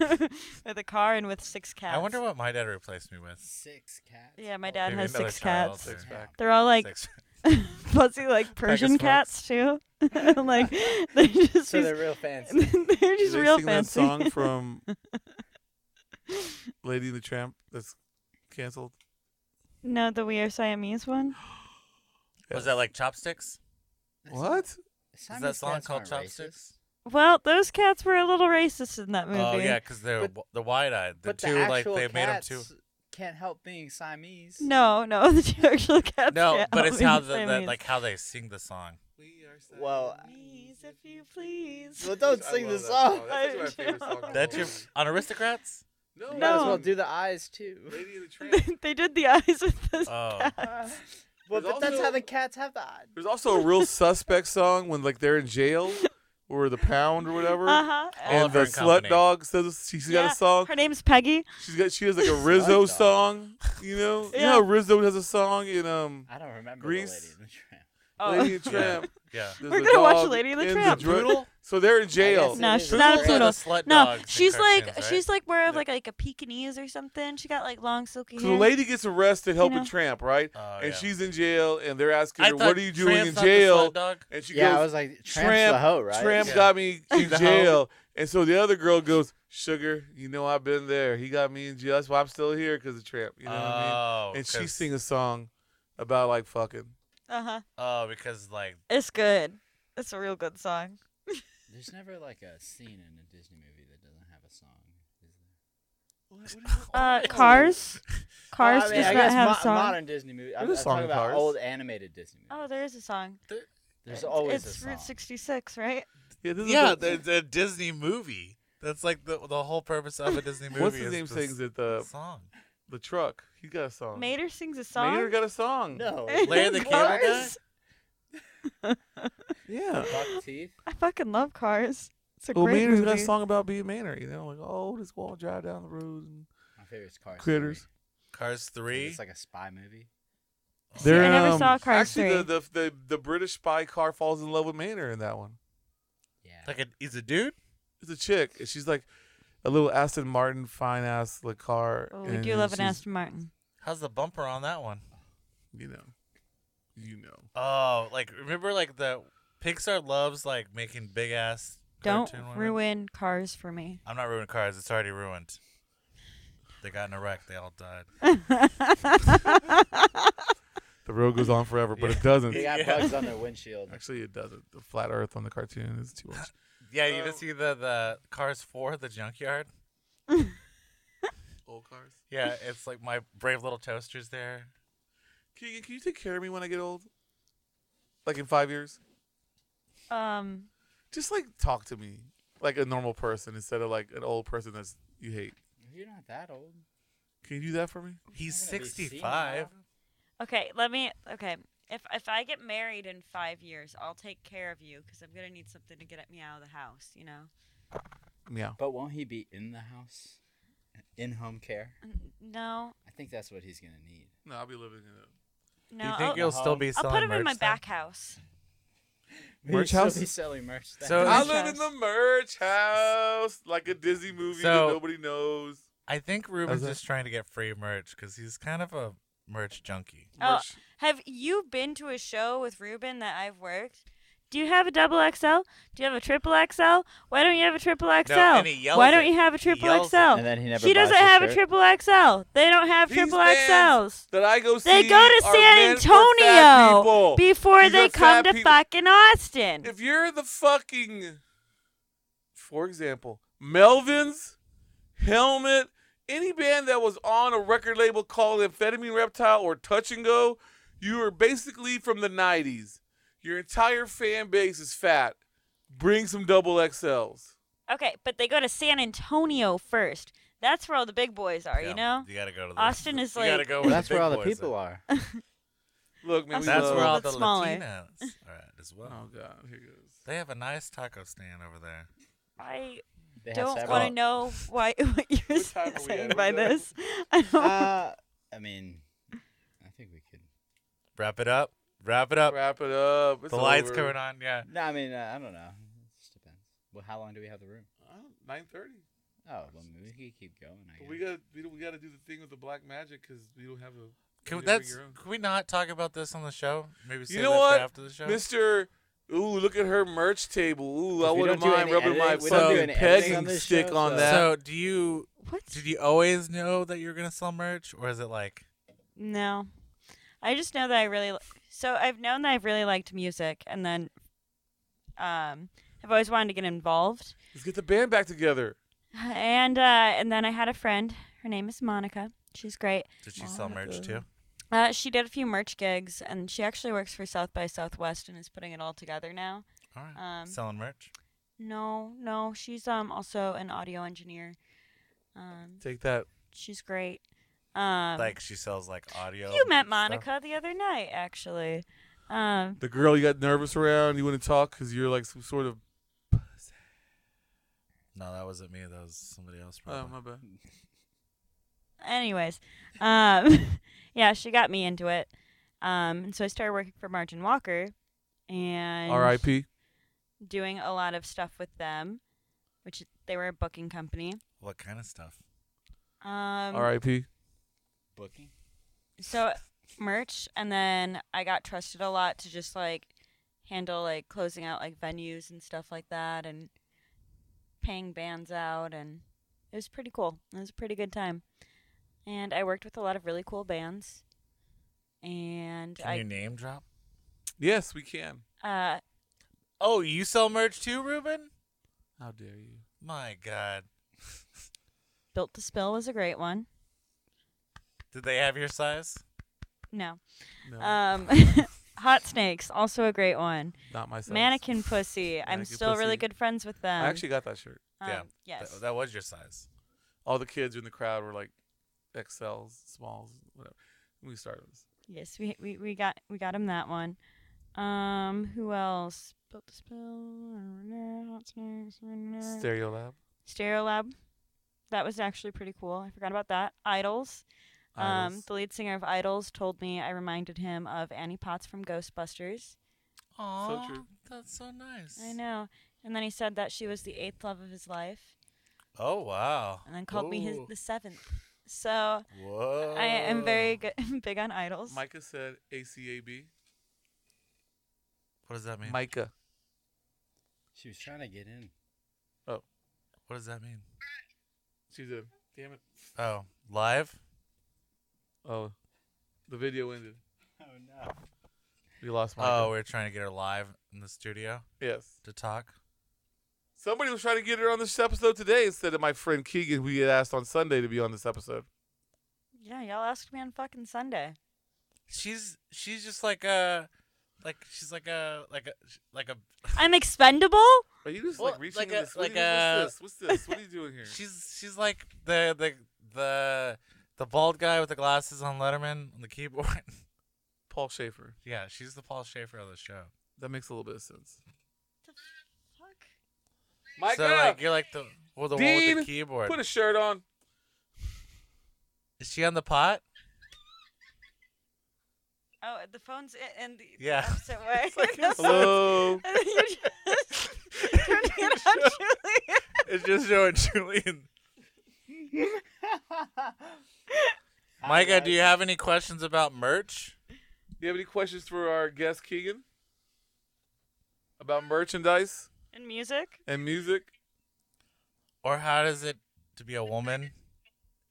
S3: with a car and with six cats.
S4: I wonder what my dad replaced me with.
S5: Six cats.
S3: Yeah, my dad
S4: Maybe
S3: has
S4: another
S3: six
S4: child
S3: cats.
S4: there.
S5: Six
S2: back.
S3: They're all like
S4: Six.
S3: fuzzy, like Persian
S4: smokes.
S3: cats too. like they're just
S5: So
S3: these-
S5: they're real fancy.
S3: they're
S2: Do
S3: just
S2: they
S3: real
S2: sing
S3: fancy.
S2: that song from Lady and the Tramp that's canceled.
S3: No, the We Are Siamese one.
S4: Was that like chopsticks?
S5: That's not-
S2: what?
S5: Simon's
S4: that song
S5: cats
S4: called
S5: aren't
S4: Chopsticks?
S5: racist.
S3: Well, those cats were a little racist in that movie.
S4: Oh yeah, because they're
S5: But-
S4: w the wide-eyed. The
S5: But
S4: two
S5: the
S4: like
S5: actual
S4: they made them
S5: cats
S4: two.
S5: can't help being Siamese.
S3: No, no, the two actual cats.
S4: No,
S3: can't
S4: but
S3: all
S4: it's
S3: be
S4: how the, the
S3: Siamese.
S4: like how they sing the song.
S5: Well,
S3: Please, if you please.
S5: well don't sing the song.
S3: That's my favorite song of
S4: That's your on Aristocrats.
S2: No.
S5: Might as well
S3: No.
S5: do the eyes too.
S2: Lady and the Tramp.
S3: They- they did the eyes with this
S4: Oh.
S3: cat.
S5: Well,
S2: There's
S5: but that's
S2: also-
S5: how the cats have the eyes.
S2: There's also a real suspect song when like they're in jail or the pound or whatever.
S3: Uh huh.
S2: And
S4: Oliver
S2: the
S4: and
S2: slut
S4: Company.
S2: dog says she's got a song.
S3: Her name's Peggy.
S2: She's got she has like a Rizzo
S5: dog.
S2: song. You know, you know
S3: Yeah.
S2: how Rizzo has a song in um
S5: I don't remember
S2: Grease.
S5: the lady in the tramp.
S3: Oh.
S2: Lady and the Tramp.
S4: Yeah.
S2: There's
S3: We're
S2: a
S3: gonna watch
S2: dog
S3: Lady and the Tramp.
S2: dra-
S4: Poodle?
S2: So they're in jail.
S5: guess
S3: No,
S5: it
S3: she's
S5: is
S3: not a
S5: Poodles are
S3: poodle.
S4: the slut
S3: no,
S4: dogs in
S3: she's like
S4: cartoons, right?
S3: she's like more of
S4: Yeah.
S3: like like a Pekingese or something. She got like long silky
S2: So
S3: hair.
S2: the lady gets arrested helping
S3: know?
S2: Tramp, right?
S4: Oh,
S2: and
S4: yeah.
S2: she's in jail, and they're asking
S4: I
S2: her,
S4: thought
S2: "What are you doing
S4: Tramp's
S2: in
S4: not the
S2: jail?"
S4: slut dog.
S2: And she
S5: yeah,
S2: goes,
S5: I was like, tramp's
S2: Tramp,
S5: the hoe, right?
S2: Tramp
S4: Yeah.
S2: got me in
S4: the hoe.
S2: jail. And so the other girl goes, Sugar, you know I've been there. He got me in jail. That's why I'm still here because of Tramp. You know what I
S4: oh,
S2: mean? And she
S4: 'cause-
S2: sings a song about like fucking.
S3: Uh huh.
S4: Oh, because like
S3: It's good. It's a real good song.
S5: There's never like a scene in a Disney movie that doesn't have a song. Is there?
S3: Uh, Cars. Cars
S5: I mean,
S3: does
S5: I
S3: not
S5: guess
S3: have a
S5: mo-
S3: song.
S5: modern Disney movies. I'm,
S2: There's a
S5: I'm
S2: song
S5: talking
S2: in
S5: about
S2: Cars.
S5: old animated Disney movies.
S3: Oh, there is a song.
S5: There's
S3: It's- it's
S5: always a song.
S3: Route 66, right?
S2: Yeah, this
S4: Yeah,
S2: is the-
S4: the, the Disney movie. That's like the the whole purpose of a Disney movie.
S2: what's his
S4: is
S2: name uh,
S4: the
S2: sings
S4: s-
S2: at the
S4: song?
S2: the truck? He got a song.
S3: Mater sings a song.
S2: Oh. Mater got a song.
S5: No.
S4: Larry the Cable Guy?
S3: Cars?
S2: Yeah.
S5: Buck teeth.
S3: I fucking love Cars. It's a
S2: Well,
S3: great
S2: Mater's
S3: movie.
S2: got a song about being Manor. You know, like oh, this wall drive down the road. And
S5: My favorite is Cars.
S2: Critters.
S4: Cars
S5: three.
S4: three.
S5: It's like a spy movie.
S3: See, I never saw Cars
S2: um, actually,
S3: three.
S2: The, the the the British spy car falls in love with Manor in that one.
S5: Yeah.
S4: Like a, he's a dude.
S2: It's a chick. and She's like a little Aston Martin, fine ass like car.
S3: Oh, we
S2: and
S3: do love an
S2: she's-
S3: Aston Martin.
S4: How's the bumper on that one?
S2: You know, you know.
S4: Oh, like remember like the Pixar loves like making big ass.
S3: Don't
S4: cartoon women?
S3: ruin Cars for me.
S4: I'm not ruining cars. It's already ruined. They got in a wreck. They all died.
S2: The road goes on forever, but it
S5: They
S2: doesn't.
S5: got
S4: Yeah.
S5: bugs on their windshield.
S2: Actually, it doesn't. The flat Earth on the cartoon is too much.
S4: Yeah, you
S2: Um,
S4: just see the the Cars four, the junkyard.
S2: Old cars.
S4: Yeah, it's like my brave little toaster's there.
S2: Keegan, can you take care of me when I get old? Like in five years?
S3: um,
S2: Just like talk to me like a normal person instead of like an old person that's you hate.
S5: You're not that old.
S2: Can you do that for me?
S4: He's
S5: You're gonna be
S4: sixty five.
S5: senile.
S3: okay, let me. Okay, if if I get married in five years, I'll take care of you because I'm gonna need something to get me out of the house. You know.
S2: Meow.
S5: But won't he be in the house? In home care?
S3: N- No,
S5: I think that's what he's gonna need.
S2: No, I'll be living in a
S3: no.
S4: Do you
S3: I'll,
S4: think you'll still be
S3: I'll
S4: selling
S3: put him in
S4: merch
S3: my
S4: then?
S3: back house.
S2: Merch
S5: He'll
S2: house?
S5: be selling merch. then.
S4: So-
S2: I
S3: Merch
S2: live in the
S3: house.
S2: merch house, like a Disney movie
S4: So-
S2: that nobody knows.
S4: I think Ruben's
S2: How's
S4: just trying to get free merch because he's kind of a merch junkie.
S3: Oh.
S2: Merch.
S3: Have you been to a show with Ruben that I've worked? Do you have a double XL? Do you have a triple XL? Why don't you have a triple XL?
S4: and he yells
S3: Why don't
S4: it.
S3: you have a
S4: He
S3: triple
S4: yells
S3: XL?
S4: it.
S5: And then he never
S3: she
S5: buys
S3: doesn't
S5: the
S3: have a
S5: shirt.
S3: triple XL. They don't have
S2: These
S3: triple
S2: bands
S3: XLs.
S2: That I go see.
S3: They go to
S2: are
S3: San
S2: meant for fat people.
S3: Antonio before
S2: These are
S3: they
S2: fat
S3: come to
S2: people.
S3: fucking Austin.
S2: If you're the fucking, for example, Melvin's, Helmet, any band that was on a record label called Amphetamine Reptile or Touch and Go, you were basically from the 90s. Your entire fan base is fat. Bring some double XLs.
S3: okay, but they go to San Antonio first. That's where all the big boys are,
S4: Yeah,
S3: you know?
S4: You gotta go to the,
S3: Austin is
S4: you gotta
S3: like-
S4: go
S5: Well,
S4: where
S5: that's
S4: the
S5: where all
S4: big
S5: the
S4: boys
S5: people are.
S2: Look, man, we
S4: That's
S2: love-
S4: where all
S3: But
S4: the
S3: smaller.
S4: Latinas are at as well.
S2: Oh god, here goes.
S4: They have a nice taco stand over there.
S3: I
S5: They have
S3: don't
S5: several-
S3: want to know why, what you're
S2: What time are we
S3: saying
S2: at?
S3: by
S2: We're done.
S3: this. I don't
S5: Uh, I mean, I think we could.
S4: Wrap it up. Wrap it up.
S2: Wrap it up. It's
S4: the lights
S2: over.
S4: coming on. Yeah.
S5: No, I mean, uh, I don't know. It just depends. Well, how long do we have the room?
S2: Nine thirty.
S5: Oh, well, maybe we could keep going. I guess.
S2: We got we, we got to do the thing with the black magic because we don't have a
S4: Can
S2: You
S4: we,
S2: didn't bring
S4: that's,
S2: your own.
S4: can we not talk about this on the show? Maybe save
S2: know
S4: that
S2: what?
S4: for after the show.
S2: Mister. Ooh, look at her merch table. Ooh, I
S5: If we
S2: wouldn't
S5: don't do
S2: mind
S5: any
S2: rubbing my
S5: edit- we don't
S4: do
S2: fucking
S5: any editing
S2: pegging
S5: on this
S2: stick
S5: show,
S2: on
S5: so-
S2: that.
S4: so, do you
S3: What?
S4: did you always know that you were gonna sell merch, or is it like
S3: No. I just know that I really li- so I've known that I've really liked music and then um I've always wanted to get involved.
S2: Let's get the band back together.
S3: And uh and then I had a friend, her name is Monica. She's great.
S4: did she sell merch too?
S3: Uh, she did a few merch gigs, and she actually works for South by Southwest and is putting it all together now.
S4: All right,
S3: Um,
S4: selling merch.
S3: No, no, she's um also an audio engineer. Um,
S2: Take that.
S3: she's great. Um,
S4: like she sells like audio.
S3: You met
S4: stuff.
S3: Monica the other night, actually. Um,
S2: The girl you got nervous around. You wouldn't talk because you're like some sort of.
S4: No, that wasn't me. That was somebody else.
S2: Oh
S4: Probably.
S2: my bad.
S3: anyways, um, yeah, she got me into it, um, and so I started working for Margin Walker,
S2: uh,
S3: and
S2: R.I.P.
S3: doing a lot of stuff with them, which they were a booking company.
S4: what kind of stuff?
S3: Um,
S2: R.I.P.
S5: booking.
S3: So merch, and then I got trusted a lot to just like handle like closing out like venues and stuff like that, and paying bands out, and it was pretty cool. It was a pretty good time, and I worked with a lot of really cool bands, and
S4: Can you name drop?
S2: Yes, we can.
S3: I uh
S4: Oh, you sell merch too, Ruben?
S2: How dare you?
S4: My God.
S3: built to spill was a great one.
S4: Did they have your size?
S3: No.
S2: No,
S3: Um, Hot Snakes, also a great one.
S2: not myself.
S3: Mannequin Pussy. I'm
S2: Mannequin
S3: still really
S2: Pussy.
S3: good friends with them.
S2: I actually got that shirt.
S3: um,
S4: yeah. Th-
S3: Yes.
S4: That, was your size.
S2: All the kids in the crowd were like XLs, smalls, whatever. We started this.
S3: yes. We, we we got we got him that one. Um, who else? Built to Spill. Hot Snakes.
S4: Mm.
S2: Stereo Lab.
S3: Stereo Lab. That was actually pretty cool. I forgot about that. Idols. Um,
S2: Idols.
S3: the lead singer of Idols told me I reminded him of Annie Potts from Ghostbusters.
S4: Aw,
S2: true.
S4: That's so nice.
S3: I know. And then he said that she was the eighth love of his life,
S4: Oh wow.
S3: and then called me his
S4: Oh.
S5: Ooh.
S3: the seventh. So
S4: Whoa.
S3: I am very good, big on idols.
S2: Micah said ACAB.
S4: What does that mean?
S2: Micah.
S5: She was trying to get in.
S4: What does that mean?
S2: She did. Damn it.
S4: Oh, live.
S2: Oh, the video ended.
S5: Oh no.
S2: We lost Micah.
S4: Oh, we are trying to get her live in the studio
S2: yes.
S4: to talk.
S2: Somebody was trying to get her on this episode today instead of my friend Keegan, who we had asked on Sunday to be on this episode.
S3: yeah, y'all asked me on fucking Sunday.
S4: She's she's just like a, like she's like a like a like a.
S3: I'm expendable.
S2: Are you just
S4: Well,
S2: like reaching
S4: like
S2: in
S4: a-
S2: this? What
S4: like
S2: do you-
S4: a-
S2: what's this? What's this? What are you doing here?
S4: She's she's like the the the the bald guy with the glasses on Letterman on the keyboard.
S2: Paul Schaefer.
S4: yeah, she's the Paul Schaefer of the show.
S2: That makes a little bit of sense.
S3: Fuck.
S2: Micah,
S4: So like you're like the well the one
S2: Dean,
S4: with the keyboard.
S2: put a shirt on.
S4: Is she on the pot?
S3: Oh, the phone's i- in the
S4: Yeah.
S3: opposite way.
S2: Hello.
S3: And then you're just turning it on, Julie.
S4: It's just showing Julian. Micah, do you have any questions about merch?
S2: Do you have any questions for our guest Keegan about merchandise
S3: And music.
S2: and music?
S4: Or how does it to be a woman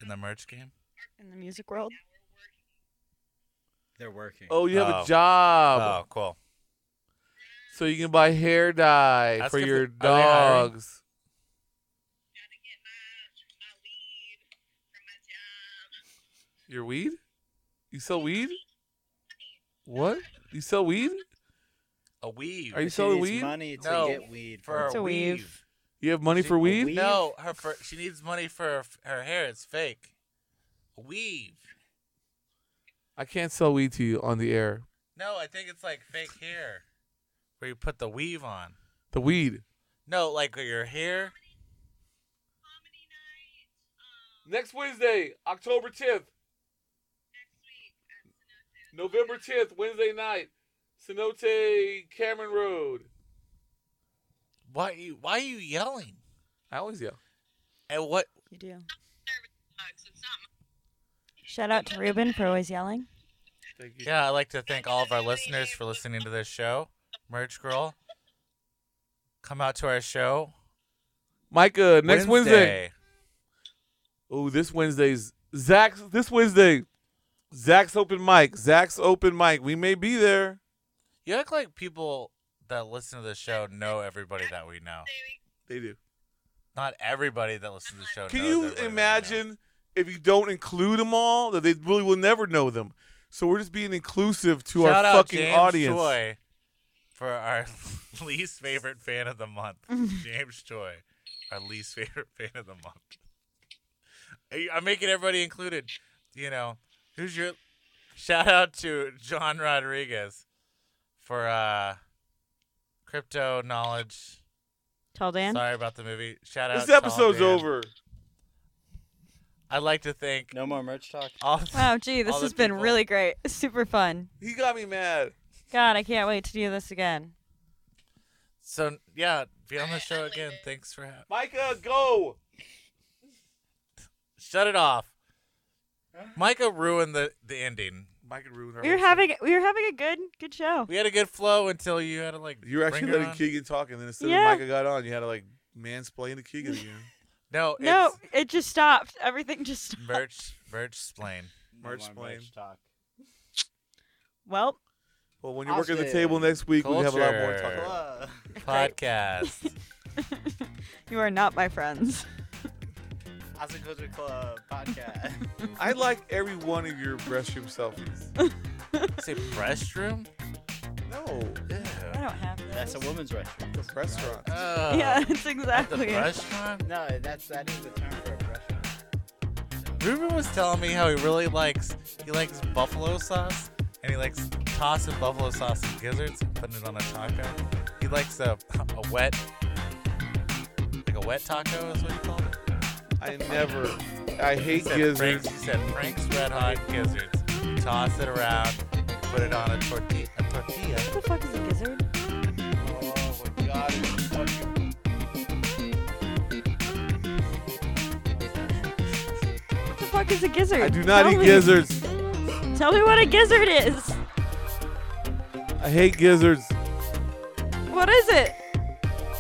S4: in the merch game?
S3: In the music world.
S5: They're working.
S2: Oh, you have
S4: Oh.
S2: a job,
S4: Oh, cool.
S2: so you can buy hair dye
S4: Ask
S2: for
S4: if
S2: your
S4: they- are they hiring?
S2: dogs. Your weed? You sell weed? What? You sell weed?
S4: A weave.
S2: Are you
S5: She
S2: selling
S5: needs
S2: weed?
S5: Money to
S4: No.
S5: get weed
S4: for
S5: from-
S3: It's a weave.
S2: You have money
S5: She-
S2: for
S5: a
S2: weed?
S5: weed?
S4: No, her for, she needs money for her, her hair. It's fake. A weave.
S2: I can't sell weed to you on the air.
S4: No, I think it's like fake hair, where you put the weave on.
S2: The weed.
S4: No, like your hair.
S2: Next Wednesday, October 10th. November 10th, Wednesday night, Cenote Cameron Road.
S4: Why you? Why are you yelling?
S2: I always yell.
S4: And what?
S3: You do. Shout out to Ruben for always yelling.
S2: Thank you.
S4: Yeah, I'd like to thank all of our listeners for listening to this show. Merch girl, come out to our show
S2: Micah, next Wednesday. Oh, this Wednesday's Zach's. This Wednesday, Zach's open mic. Zach's open mic. We may be there.
S4: You act like people that listen to the show know everybody that we know.
S2: They do.
S4: Not everybody that listens to the show.
S2: Can
S4: knows
S2: you
S4: everybody that we know.
S2: imagine if you don't include them all that they really will never know them? So we're just being inclusive to our
S4: Shout out
S2: fucking
S4: James
S2: audience.
S4: Choi for our least favorite fan of the month, James Choi, our least favorite fan of the month. I- I'm making everybody included. You know, who's your shout out to John Rodriguez for uh crypto knowledge.
S3: Tell Dan.
S4: Sorry about the movie. Shout out.
S2: This
S4: to all
S2: episode's
S4: Dan.
S2: over.
S4: I'd like to thank
S5: No more merch talk.
S4: all.
S3: Wow, gee, this
S4: all the
S3: has been
S4: people-
S3: really great. Super fun.
S2: He got me mad.
S3: God, I can't wait to do this again.
S4: So yeah, be on the show again. Thanks for having.
S2: Micah, go.
S4: Shut it off. Micah ruined the, the ending.
S2: Micah ruined our
S3: We were
S2: whole
S3: having we were having a good good show.
S4: We had a good flow until you had to like.
S2: show. You were
S4: bring
S2: actually
S4: her
S2: letting
S4: on.
S2: Keegan talk, and then instead
S3: Yeah.
S2: of Micah got on, you had to like mansplain to Keegan again.
S4: No, it's
S3: No, it just stopped. Everything just stopped.
S4: merch, merch splain.
S5: No
S2: Merch
S5: more
S2: plane.
S5: merch talk.
S3: Well,
S2: well, when you're working at the
S5: Austin.
S2: table next week, we have a lot more to talk
S4: Culture.
S2: about.
S4: podcast.
S3: you are not my friends.
S5: Austin Culture Club podcast.
S2: I like every one of your restroom selfies.
S4: Say restroom?
S2: No,
S3: I
S4: Yeah.
S3: don't have those.
S5: That's a woman's restroom.
S2: the restaurant.
S4: Uh,
S3: Yeah, that's
S4: At the
S3: exactly it.
S4: restaurant?
S5: No, that's that is the term for a restroom.
S4: Ruben was telling me how he really likes he likes buffalo sauce and he likes tossing buffalo sauce and gizzards and putting it on a taco. He likes a, a wet like a wet taco is what he called it.
S2: I never. I
S4: He
S2: hate
S4: said,
S2: gizzards.
S4: Frank's, he said Frank's red hot gizzards. Toss it around, put it on a tortilla a tortilla.
S3: What the fuck is a gizzard?
S5: Oh my god, it's fucking
S3: What the fuck is a gizzard?
S2: I do not
S3: Tell
S2: eat
S3: me.
S2: gizzards.
S3: Tell me what a gizzard is.
S2: I hate gizzards.
S3: What is it?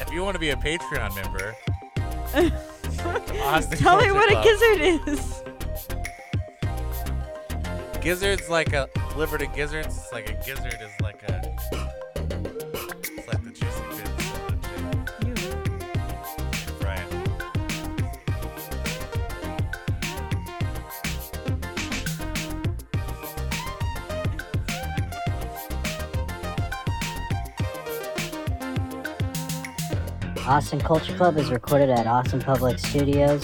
S4: If you want to be a Patreon member, Austin
S3: Tell me
S4: Culture
S3: what a
S4: Club.
S3: gizzard is.
S4: Gizzard's like a liver to gizzards. It's like a gizzard is like a. It's like the juicy uh, bits. of the
S3: You.
S4: chicken, Right.
S1: Austin Culture Club is recorded at Austin Public Studios,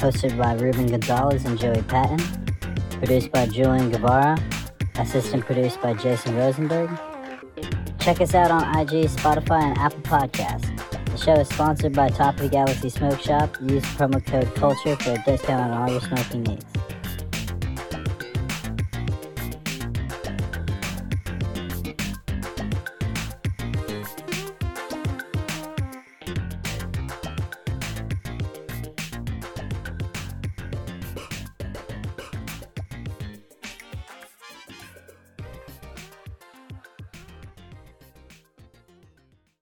S1: hosted by Ruben Gonzalez and Joey Patton, produced by Julian Guevara, assistant produced by Jason Rosenberg. Check us out on IG, Spotify, and Apple Podcasts. The show is sponsored by Top of the Galaxy Smoke Shop. Use promo code CULTURE for a discount on all your smoking needs.